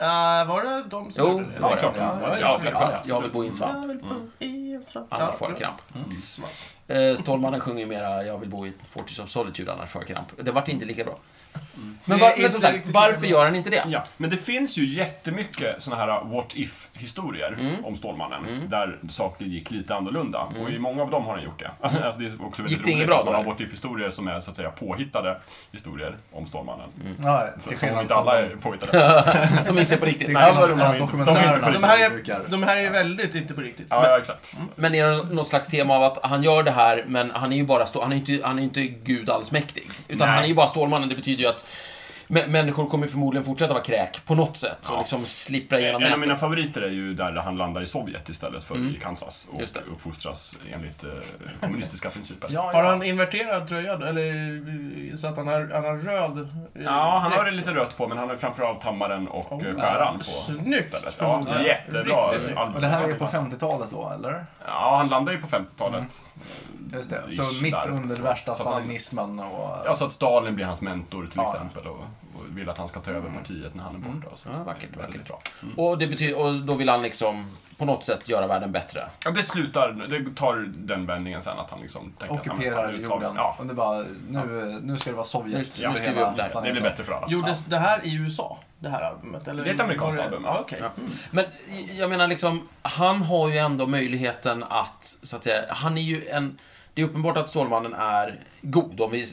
[SPEAKER 1] Eh, var det de som
[SPEAKER 2] Jo,
[SPEAKER 1] gjorde det?
[SPEAKER 2] var
[SPEAKER 3] klart
[SPEAKER 2] det.
[SPEAKER 3] de gjorde.
[SPEAKER 2] Ja, Mm.
[SPEAKER 3] Ja,
[SPEAKER 2] just det.
[SPEAKER 3] självklart.
[SPEAKER 2] Ja, Jag vill bo i en svamp.
[SPEAKER 1] Jag vill bo i en svamp.
[SPEAKER 2] Annars
[SPEAKER 1] Ja,
[SPEAKER 2] får
[SPEAKER 1] bra.
[SPEAKER 2] jag kramp.
[SPEAKER 3] Svamp.
[SPEAKER 2] Eh, Stålmannen sjunger ju mera Jag vill bo i ett Fortress of Solitude annars får jag kramp. Det vart inte lika bra. Men,
[SPEAKER 1] Mm. Det är
[SPEAKER 2] var, men som
[SPEAKER 1] inte
[SPEAKER 2] sagt,
[SPEAKER 1] riktigt
[SPEAKER 2] varför
[SPEAKER 1] lika bra.
[SPEAKER 2] gör han inte det?
[SPEAKER 3] Ja, men det finns ju jättemycket såna här uh, what if-historier
[SPEAKER 2] Mm.
[SPEAKER 3] om Stålmannen. Där saker gick lite annorlunda. Och i många av dem har han gjort det. alltså det är också väldigt
[SPEAKER 2] Gick det inget
[SPEAKER 3] roligt
[SPEAKER 2] bra
[SPEAKER 3] att man
[SPEAKER 2] då,
[SPEAKER 3] har
[SPEAKER 2] eller?
[SPEAKER 3] what if-historier som är så att säga påhittade historier om Stålmannen.
[SPEAKER 2] Mm.
[SPEAKER 4] Ja,
[SPEAKER 3] För,
[SPEAKER 4] till
[SPEAKER 3] som
[SPEAKER 4] skillnad
[SPEAKER 3] inte alla är
[SPEAKER 4] från-
[SPEAKER 3] påhittade.
[SPEAKER 2] Som inte är på riktigt.
[SPEAKER 4] till
[SPEAKER 3] Nej, de
[SPEAKER 4] skillnad från
[SPEAKER 3] är
[SPEAKER 4] de här
[SPEAKER 3] inte- de är inte
[SPEAKER 4] dokumentärerna
[SPEAKER 3] poliser.
[SPEAKER 1] De
[SPEAKER 4] som
[SPEAKER 1] här,
[SPEAKER 4] vi
[SPEAKER 1] är,
[SPEAKER 4] brukar.
[SPEAKER 1] de här är väldigt inte på riktigt.
[SPEAKER 3] Ja, ja, exakt.
[SPEAKER 2] Men är det något slags tema av att han gör det här, men han är ju bara stå- han är ju inte, han är ju inte gud allsmäktig. Utan
[SPEAKER 3] Nej.
[SPEAKER 2] han är ju bara Stålmannen, det betyder ju att mä- människor kommer förmodligen fortsätta vara kräk på något sätt och
[SPEAKER 3] Ja.
[SPEAKER 2] liksom slippra
[SPEAKER 3] En
[SPEAKER 2] igenom
[SPEAKER 3] av
[SPEAKER 2] nätet. Mm.
[SPEAKER 3] mina favoriter är ju där han landar i Sovjet istället för i Kansas och
[SPEAKER 2] Just det.
[SPEAKER 3] uppfostras enligt eh, kommunistiska principer.
[SPEAKER 4] Ja,
[SPEAKER 1] Har
[SPEAKER 4] ja.
[SPEAKER 1] han inverterad tröja då? Eller eh, så att han har, han har röd? eh,
[SPEAKER 3] Ja, han har det
[SPEAKER 1] dräkt?
[SPEAKER 3] lite rött på, men han har framförallt hammaren och oh, skäran på.
[SPEAKER 1] Snyggt!
[SPEAKER 3] stället. Ja, jättebra.
[SPEAKER 1] Riktigt snyggt.
[SPEAKER 4] Och det här är på 50-talet då, eller?
[SPEAKER 3] Ja, han landar ju på 50-talet.
[SPEAKER 4] Just det. Så
[SPEAKER 3] Ish,
[SPEAKER 4] mitt
[SPEAKER 3] där.
[SPEAKER 4] under värsta
[SPEAKER 3] Så att han-
[SPEAKER 4] stalinismen och...
[SPEAKER 3] Ja, så Alltså att Stalin blir hans mentor till
[SPEAKER 4] Ja.
[SPEAKER 3] exempel och, och vill att han ska ta över partiet när han är borta. Och så.
[SPEAKER 2] Ja, vackert,
[SPEAKER 3] Väldigt
[SPEAKER 2] vackert.
[SPEAKER 3] Bra.
[SPEAKER 2] Och, det betyder, och då vill han liksom på något sätt göra världen bättre.
[SPEAKER 3] Ja, det slutar, det tar den vändningen sen att han liksom tänker att
[SPEAKER 4] ockuperar
[SPEAKER 3] han är
[SPEAKER 4] jorden.
[SPEAKER 3] Ja,
[SPEAKER 4] Och det bara, nu, nu ska det vara
[SPEAKER 2] Nu-
[SPEAKER 4] Sovjet.
[SPEAKER 2] nu
[SPEAKER 4] över
[SPEAKER 2] ska vi
[SPEAKER 4] hela
[SPEAKER 2] upp där.
[SPEAKER 3] det
[SPEAKER 4] planeten.
[SPEAKER 3] blir bättre för alla.
[SPEAKER 1] Gjordes det här i USA? Det här albumet? Eller
[SPEAKER 3] Det är ett amerikanskt
[SPEAKER 1] var
[SPEAKER 3] album, ja.
[SPEAKER 1] Ja, okej.
[SPEAKER 2] Ja. Men jag menar liksom, han har ju ändå möjligheten att, så att säga, han är ju en... Det är uppenbart att Stålmannen är god. Om vi,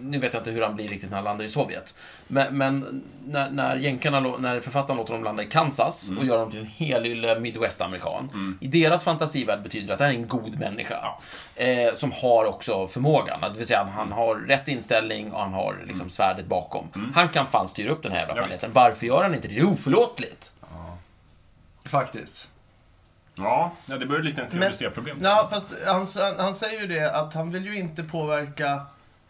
[SPEAKER 2] nu vet jag inte hur han blir riktigt när han landar i Sovjet. Men, men när, när, jänkarna, lå- när författaren låter dem landa i Kansas och gör dem till en helylle midwest-amerikan. I deras fantasivärld betyder det att det här är en god människa. Eh, som har också förmågan. Det vill säga, att han har rätt inställning och han har liksom svärdet bakom. Han kan fan styra upp den här jävla
[SPEAKER 3] Ja,
[SPEAKER 2] planeten. Varför gör han inte det? Det är oförlåtligt.
[SPEAKER 4] Faktiskt.
[SPEAKER 3] Ja, ja det börjar likna ett
[SPEAKER 1] Men-
[SPEAKER 3] tbc-problem.
[SPEAKER 1] Ja, fast han, han, han säger ju det att han vill ju inte påverka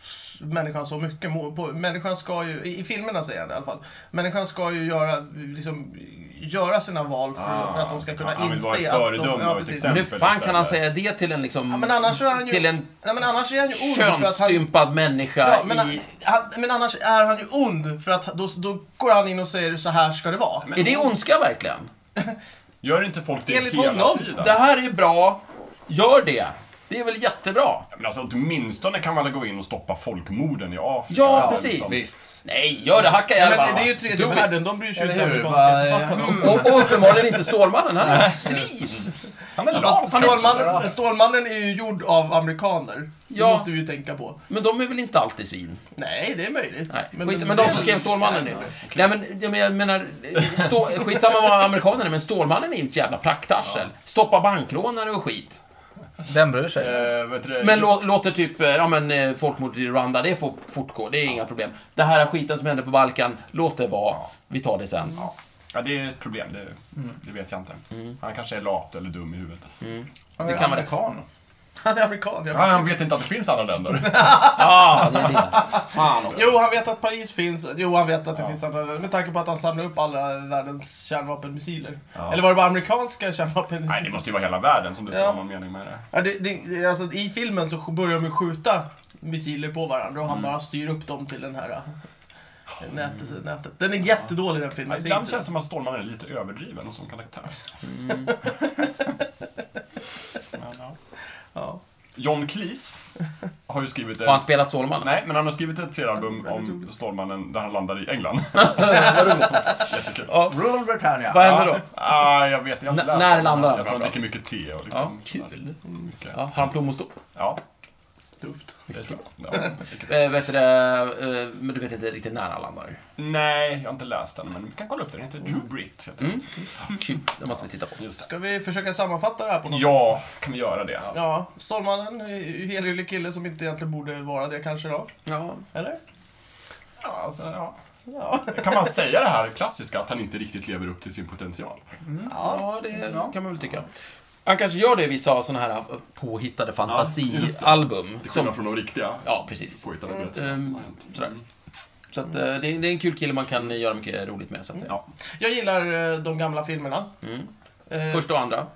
[SPEAKER 1] s- människan så mycket. Må- på- Människan ska ju, i i filmerna säger han det i alla fall, människan ska ju göra, liksom, göra sina val för,
[SPEAKER 3] Ah,
[SPEAKER 1] för att de ska
[SPEAKER 3] så
[SPEAKER 1] kunna
[SPEAKER 3] han vill
[SPEAKER 1] inse
[SPEAKER 3] vara ett
[SPEAKER 1] att de...
[SPEAKER 3] föredöme och ett
[SPEAKER 1] precis.
[SPEAKER 2] Men hur
[SPEAKER 3] Exempel
[SPEAKER 2] fan kan han säga
[SPEAKER 3] istället.
[SPEAKER 2] det till en liksom...
[SPEAKER 1] Ja, men annars är han ju,
[SPEAKER 2] Till en
[SPEAKER 1] ja, men annars är han ju ond för att han...
[SPEAKER 2] könsstympad människa
[SPEAKER 1] Ja, men,
[SPEAKER 2] i...
[SPEAKER 1] han, men annars är han ju ond för att då, då går han in och säger så här ska det vara.
[SPEAKER 2] Är det ondska verkligen?
[SPEAKER 3] Gör inte folk det
[SPEAKER 1] Enligt
[SPEAKER 3] hela
[SPEAKER 1] honom.
[SPEAKER 3] tiden?
[SPEAKER 2] Det här är bra, gör det! Det är väl jättebra?
[SPEAKER 3] Men alltså åtminstone kan man väl gå in och stoppa folkmorden i Afrika. Liksom.
[SPEAKER 2] Ja, precis.
[SPEAKER 4] Visst.
[SPEAKER 2] Nej, gör det, hacka
[SPEAKER 1] Men
[SPEAKER 2] ihjäl
[SPEAKER 1] det,
[SPEAKER 2] varandra.
[SPEAKER 1] det är ju tredje
[SPEAKER 2] Do it.
[SPEAKER 1] världen, de bryr sig ju
[SPEAKER 4] Eller
[SPEAKER 1] inte om
[SPEAKER 4] hur?
[SPEAKER 1] amerikanska
[SPEAKER 4] Bara,
[SPEAKER 1] författare.
[SPEAKER 4] mm.
[SPEAKER 2] Och, och uppenbarligen inte Stålmannen, han är ett svin!
[SPEAKER 4] Han är
[SPEAKER 1] Ja,
[SPEAKER 4] lat.
[SPEAKER 1] fast Stålmannen, Stålmannen är ju gjord av amerikaner.
[SPEAKER 2] Ja.
[SPEAKER 1] Det måste vi ju tänka på.
[SPEAKER 2] Men de är väl inte alltid svin?
[SPEAKER 1] Nej, det är möjligt.
[SPEAKER 2] Nej. Men, men de som skrev Stålmannen nu. Nej men jag menar- jag menar, stå, skitsamma vad amerikanerna är, men Stålmannen är ju ett jävla praktarsel. Stoppa bankrånare och skit.
[SPEAKER 4] Vem bryr sig?
[SPEAKER 3] Eh, vet du, det?
[SPEAKER 2] Men lå, låter typ eh, ja, men, eh, folkmordet i Rwanda, det får fortgå, det är inga problem. Det här skiten som hände på Balkan, låt det vara. Vi tar det sen.
[SPEAKER 3] Ja, det är ett problem. Det, det vet jag inte.
[SPEAKER 2] Mm.
[SPEAKER 3] Han kanske är lat eller dum i huvudet.
[SPEAKER 4] Han
[SPEAKER 2] det kan vara
[SPEAKER 4] är
[SPEAKER 2] det.
[SPEAKER 4] amerikan.
[SPEAKER 1] Han är amerikan,
[SPEAKER 3] Ja,
[SPEAKER 1] jag
[SPEAKER 3] han vet inte att det finns andra länder.
[SPEAKER 2] Ah, det är det. Fan också.
[SPEAKER 1] Jo, han vet att Paris finns. Jo, han vet att det finns andra. Med tanke på att han samlar upp alla världens kärnvapenmissiler.
[SPEAKER 3] Ja.
[SPEAKER 1] Eller var det bara amerikanska
[SPEAKER 3] Nej, det
[SPEAKER 1] kärnvapenmissiler?
[SPEAKER 3] måste ju vara hela världen som det ska
[SPEAKER 1] Ja.
[SPEAKER 3] vara någon mening med det.
[SPEAKER 1] Ja, det, det, det, alltså, I filmen så börjar de ju skjuta missiler på varandra och han
[SPEAKER 3] Mm.
[SPEAKER 1] bara styr upp dem till den här eh, nätet. nätet. Den är jättedålig den filmen.
[SPEAKER 3] Ja,
[SPEAKER 1] Jag ser
[SPEAKER 3] ibland
[SPEAKER 1] inte
[SPEAKER 3] känns det
[SPEAKER 1] den.
[SPEAKER 3] som att Stålmannen är lite överdriven som karaktär.
[SPEAKER 2] Mm.
[SPEAKER 3] Men, ja.
[SPEAKER 1] Ja.
[SPEAKER 3] John Cleese har ju skrivit
[SPEAKER 2] Har han
[SPEAKER 3] en...
[SPEAKER 2] spelat Stålmannen?
[SPEAKER 3] Nej, men han har skrivit ett seriealbum om Stålmannen där han landar i England. Jättekul.
[SPEAKER 4] Rule Britannia.
[SPEAKER 2] Vad hände då?
[SPEAKER 3] Ah, jag vet, jag har inte
[SPEAKER 2] N-
[SPEAKER 3] läst
[SPEAKER 2] när
[SPEAKER 3] den.
[SPEAKER 2] landar han
[SPEAKER 3] Jag tror han
[SPEAKER 2] framförallt?
[SPEAKER 3] dricker mycket te och
[SPEAKER 2] Ja,
[SPEAKER 3] liksom sådär.
[SPEAKER 2] kul.
[SPEAKER 3] Mycket.
[SPEAKER 2] Ja, har han plommonstop?
[SPEAKER 3] Ja,
[SPEAKER 1] Tufft.
[SPEAKER 3] det tror jag. Ja, mycket.
[SPEAKER 2] Eh, vet du det, eh, men du vet inte riktigt när han landar?
[SPEAKER 3] Nej, jag har inte läst den, men vi kan kolla upp den. Den heter Drew Britt. heter den.
[SPEAKER 2] Mm. Kul, det måste vi titta på.
[SPEAKER 3] Just det.
[SPEAKER 1] Ska vi försöka sammanfatta det här på något sätt?
[SPEAKER 3] Ja, kan vi göra det?
[SPEAKER 1] Ja, Stålmannen, är ju en helylle kille som inte egentligen borde vara det kanske då.
[SPEAKER 2] Ja.
[SPEAKER 1] Eller?
[SPEAKER 3] Ja, alltså, ja.
[SPEAKER 1] Ja,
[SPEAKER 3] Kan man säga det här klassiska, att han inte riktigt lever upp till sin potential?
[SPEAKER 2] Ja, det kan man väl tycka. Han kanske gör det i vissa sådana här eh, påhittade fantasialbum.
[SPEAKER 3] Till
[SPEAKER 2] som,
[SPEAKER 3] skillnad från de riktiga
[SPEAKER 2] ja, precis.
[SPEAKER 3] påhittade berättelserna som har
[SPEAKER 2] ehm,
[SPEAKER 3] hänt. Mm.
[SPEAKER 2] sådär. Så att, eh, det, är, det är en kul kille man kan göra mycket roligt med. Så att, säga.
[SPEAKER 1] jag gillar eh, de gamla filmerna.
[SPEAKER 2] Mm.
[SPEAKER 1] Eh,
[SPEAKER 2] Första och andra.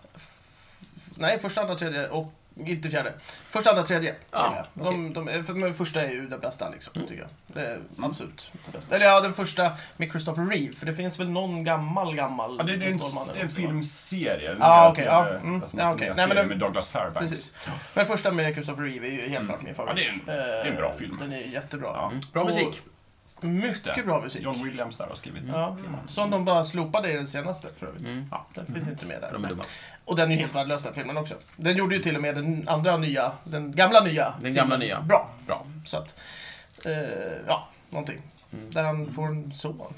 [SPEAKER 1] Nej, första, andra, tredje och inte fjärde. Första, andra, tredje.
[SPEAKER 2] Ja, Mm.
[SPEAKER 1] gillar jag. de, de, eh, för, men första är ju den bästa liksom, tycker jag. Det är absolut den bästa. Eller ja, den första med Christopher Reeve. För det finns väl någon gammal, gammal
[SPEAKER 3] Ja, det är ju en,
[SPEAKER 1] Stålmannen
[SPEAKER 3] en
[SPEAKER 1] också, va?
[SPEAKER 2] Ah,
[SPEAKER 3] filmserie. en
[SPEAKER 1] Ja,
[SPEAKER 3] hel
[SPEAKER 1] okej,
[SPEAKER 3] tv-
[SPEAKER 1] ja, mm,
[SPEAKER 3] alltså,
[SPEAKER 1] ja, okej.
[SPEAKER 3] en
[SPEAKER 1] Nej, men
[SPEAKER 3] serie
[SPEAKER 1] det-
[SPEAKER 3] Med Douglas Fairbanks.
[SPEAKER 1] Precis. Men första med Christopher Reeve är ju helt klart min favorit.
[SPEAKER 3] Mm. Ja, det är en- det är en bra
[SPEAKER 1] Eh,
[SPEAKER 3] film.
[SPEAKER 1] Den är jättebra.
[SPEAKER 3] Ja.
[SPEAKER 2] Mm. Bra
[SPEAKER 1] Och-
[SPEAKER 2] musik.
[SPEAKER 1] Mycket bra musik.
[SPEAKER 3] John Williams där har skrivit.
[SPEAKER 1] Ja, som de bara slopade i den senaste för övrigt.
[SPEAKER 2] Mm.
[SPEAKER 1] Ja, den finns inte med
[SPEAKER 2] De är
[SPEAKER 1] där.
[SPEAKER 2] dumma.
[SPEAKER 1] Och den är ju helt värdelös den filmen också. Den gjorde ju till och med den andra nya, den gamla nya.
[SPEAKER 2] Den gamla
[SPEAKER 1] filmen
[SPEAKER 2] nya.
[SPEAKER 1] Bra.
[SPEAKER 2] Bra.
[SPEAKER 1] Så att, eh, ja, någonting.
[SPEAKER 2] Mm.
[SPEAKER 1] Där han får en son.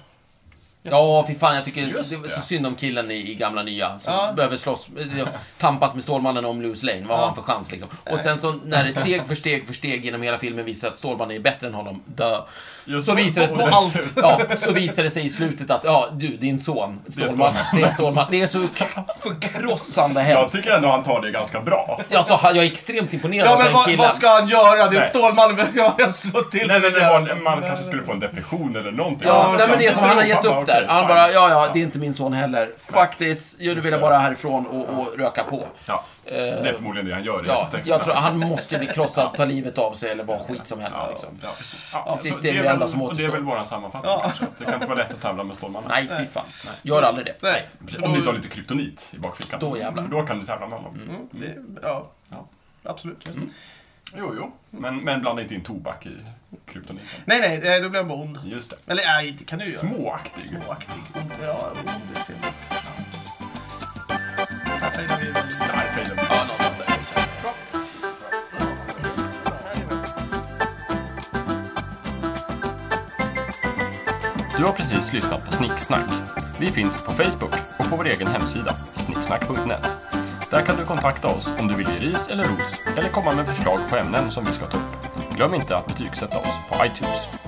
[SPEAKER 2] Ja, fy fan, jag tycker
[SPEAKER 3] Just
[SPEAKER 2] det var
[SPEAKER 3] det.
[SPEAKER 2] så synd om killen i, i gamla nya som
[SPEAKER 1] Ja.
[SPEAKER 2] behöver slåss, eh, tampas med Stålmannen om Loose Lane. Vad har
[SPEAKER 1] Ja.
[SPEAKER 2] han för chans liksom? Och sen så när det steg för steg för steg genom hela filmen visar att Stålmannen är bättre än honom, dö.
[SPEAKER 3] Just
[SPEAKER 2] Så
[SPEAKER 3] det.
[SPEAKER 2] visar det sig,
[SPEAKER 3] Och
[SPEAKER 2] allt, ja, så visar det sig i slutet att, ja, du, din son, Stålmannen, det är Stålmannen. Det är så k- förkrossande
[SPEAKER 3] Jag
[SPEAKER 2] hemskt.
[SPEAKER 3] tycker ändå han tar det ganska bra.
[SPEAKER 2] Alltså, han- jag är extremt imponerad
[SPEAKER 1] Ja
[SPEAKER 2] av
[SPEAKER 1] men
[SPEAKER 2] den
[SPEAKER 1] vad,
[SPEAKER 2] killen.
[SPEAKER 1] vad ska han göra? Det är
[SPEAKER 3] Nej.
[SPEAKER 1] Stålmannen, jag slår till
[SPEAKER 3] Nej, men det var en,
[SPEAKER 1] igen.
[SPEAKER 3] man kanske skulle få en depression eller någonting.
[SPEAKER 2] Ja, nej, men det
[SPEAKER 3] okej.
[SPEAKER 2] är som han har gett
[SPEAKER 3] Pappa,
[SPEAKER 2] upp där.
[SPEAKER 3] okej,
[SPEAKER 2] Han
[SPEAKER 3] fine.
[SPEAKER 2] bara, ja, ja, det är inte min son heller. Faktiskt, nu vill jag bara härifrån och, och röka på.
[SPEAKER 3] Ja, det är förmodligen det han gör i
[SPEAKER 2] Eh, Ja,
[SPEAKER 3] eftertexterna.
[SPEAKER 2] jag tror han måste bli krossad, ta livet av sig eller vad skit som helst
[SPEAKER 3] Ja,
[SPEAKER 2] liksom.
[SPEAKER 3] ja, precis.
[SPEAKER 2] till sist
[SPEAKER 3] så
[SPEAKER 2] är det det
[SPEAKER 3] väl-
[SPEAKER 2] enda som
[SPEAKER 3] och Det är
[SPEAKER 2] återstår.
[SPEAKER 3] väl vår sammanfattning kanske. Det kan inte vara lätt att tävla med Stålmannen.
[SPEAKER 2] Nej, fy fan. Gör aldrig det.
[SPEAKER 1] Nej.
[SPEAKER 3] Precis, Om du inte har lite kryptonit i bakfickan.
[SPEAKER 2] Då jävlar. Mm.
[SPEAKER 3] För Då kan du tävla med honom.
[SPEAKER 1] Det, ja,
[SPEAKER 3] Ja.
[SPEAKER 1] absolut. Just.
[SPEAKER 4] Jo, jo.
[SPEAKER 3] Men, men blanda inte in tobak i kryptoniten.
[SPEAKER 1] Nej, nej, nej, då blir han bara ond.
[SPEAKER 3] Just det.
[SPEAKER 1] Eller nej, det kan du ju göra.
[SPEAKER 3] Småaktig.
[SPEAKER 1] Småaktig. Ja, ond är fel. Här säger vi-
[SPEAKER 3] Nej, fel.
[SPEAKER 2] Ja, något sånt där. Bra.
[SPEAKER 3] Du har precis lyssnat på Snicksnack. Vi finns på Facebook och på vår egen hemsida, snicksnack.net. Där kan du kontakta oss om du vill ge ris eller ros eller komma med förslag på ämnen som vi ska ta upp. Glöm inte att betygsätta oss på iTunes.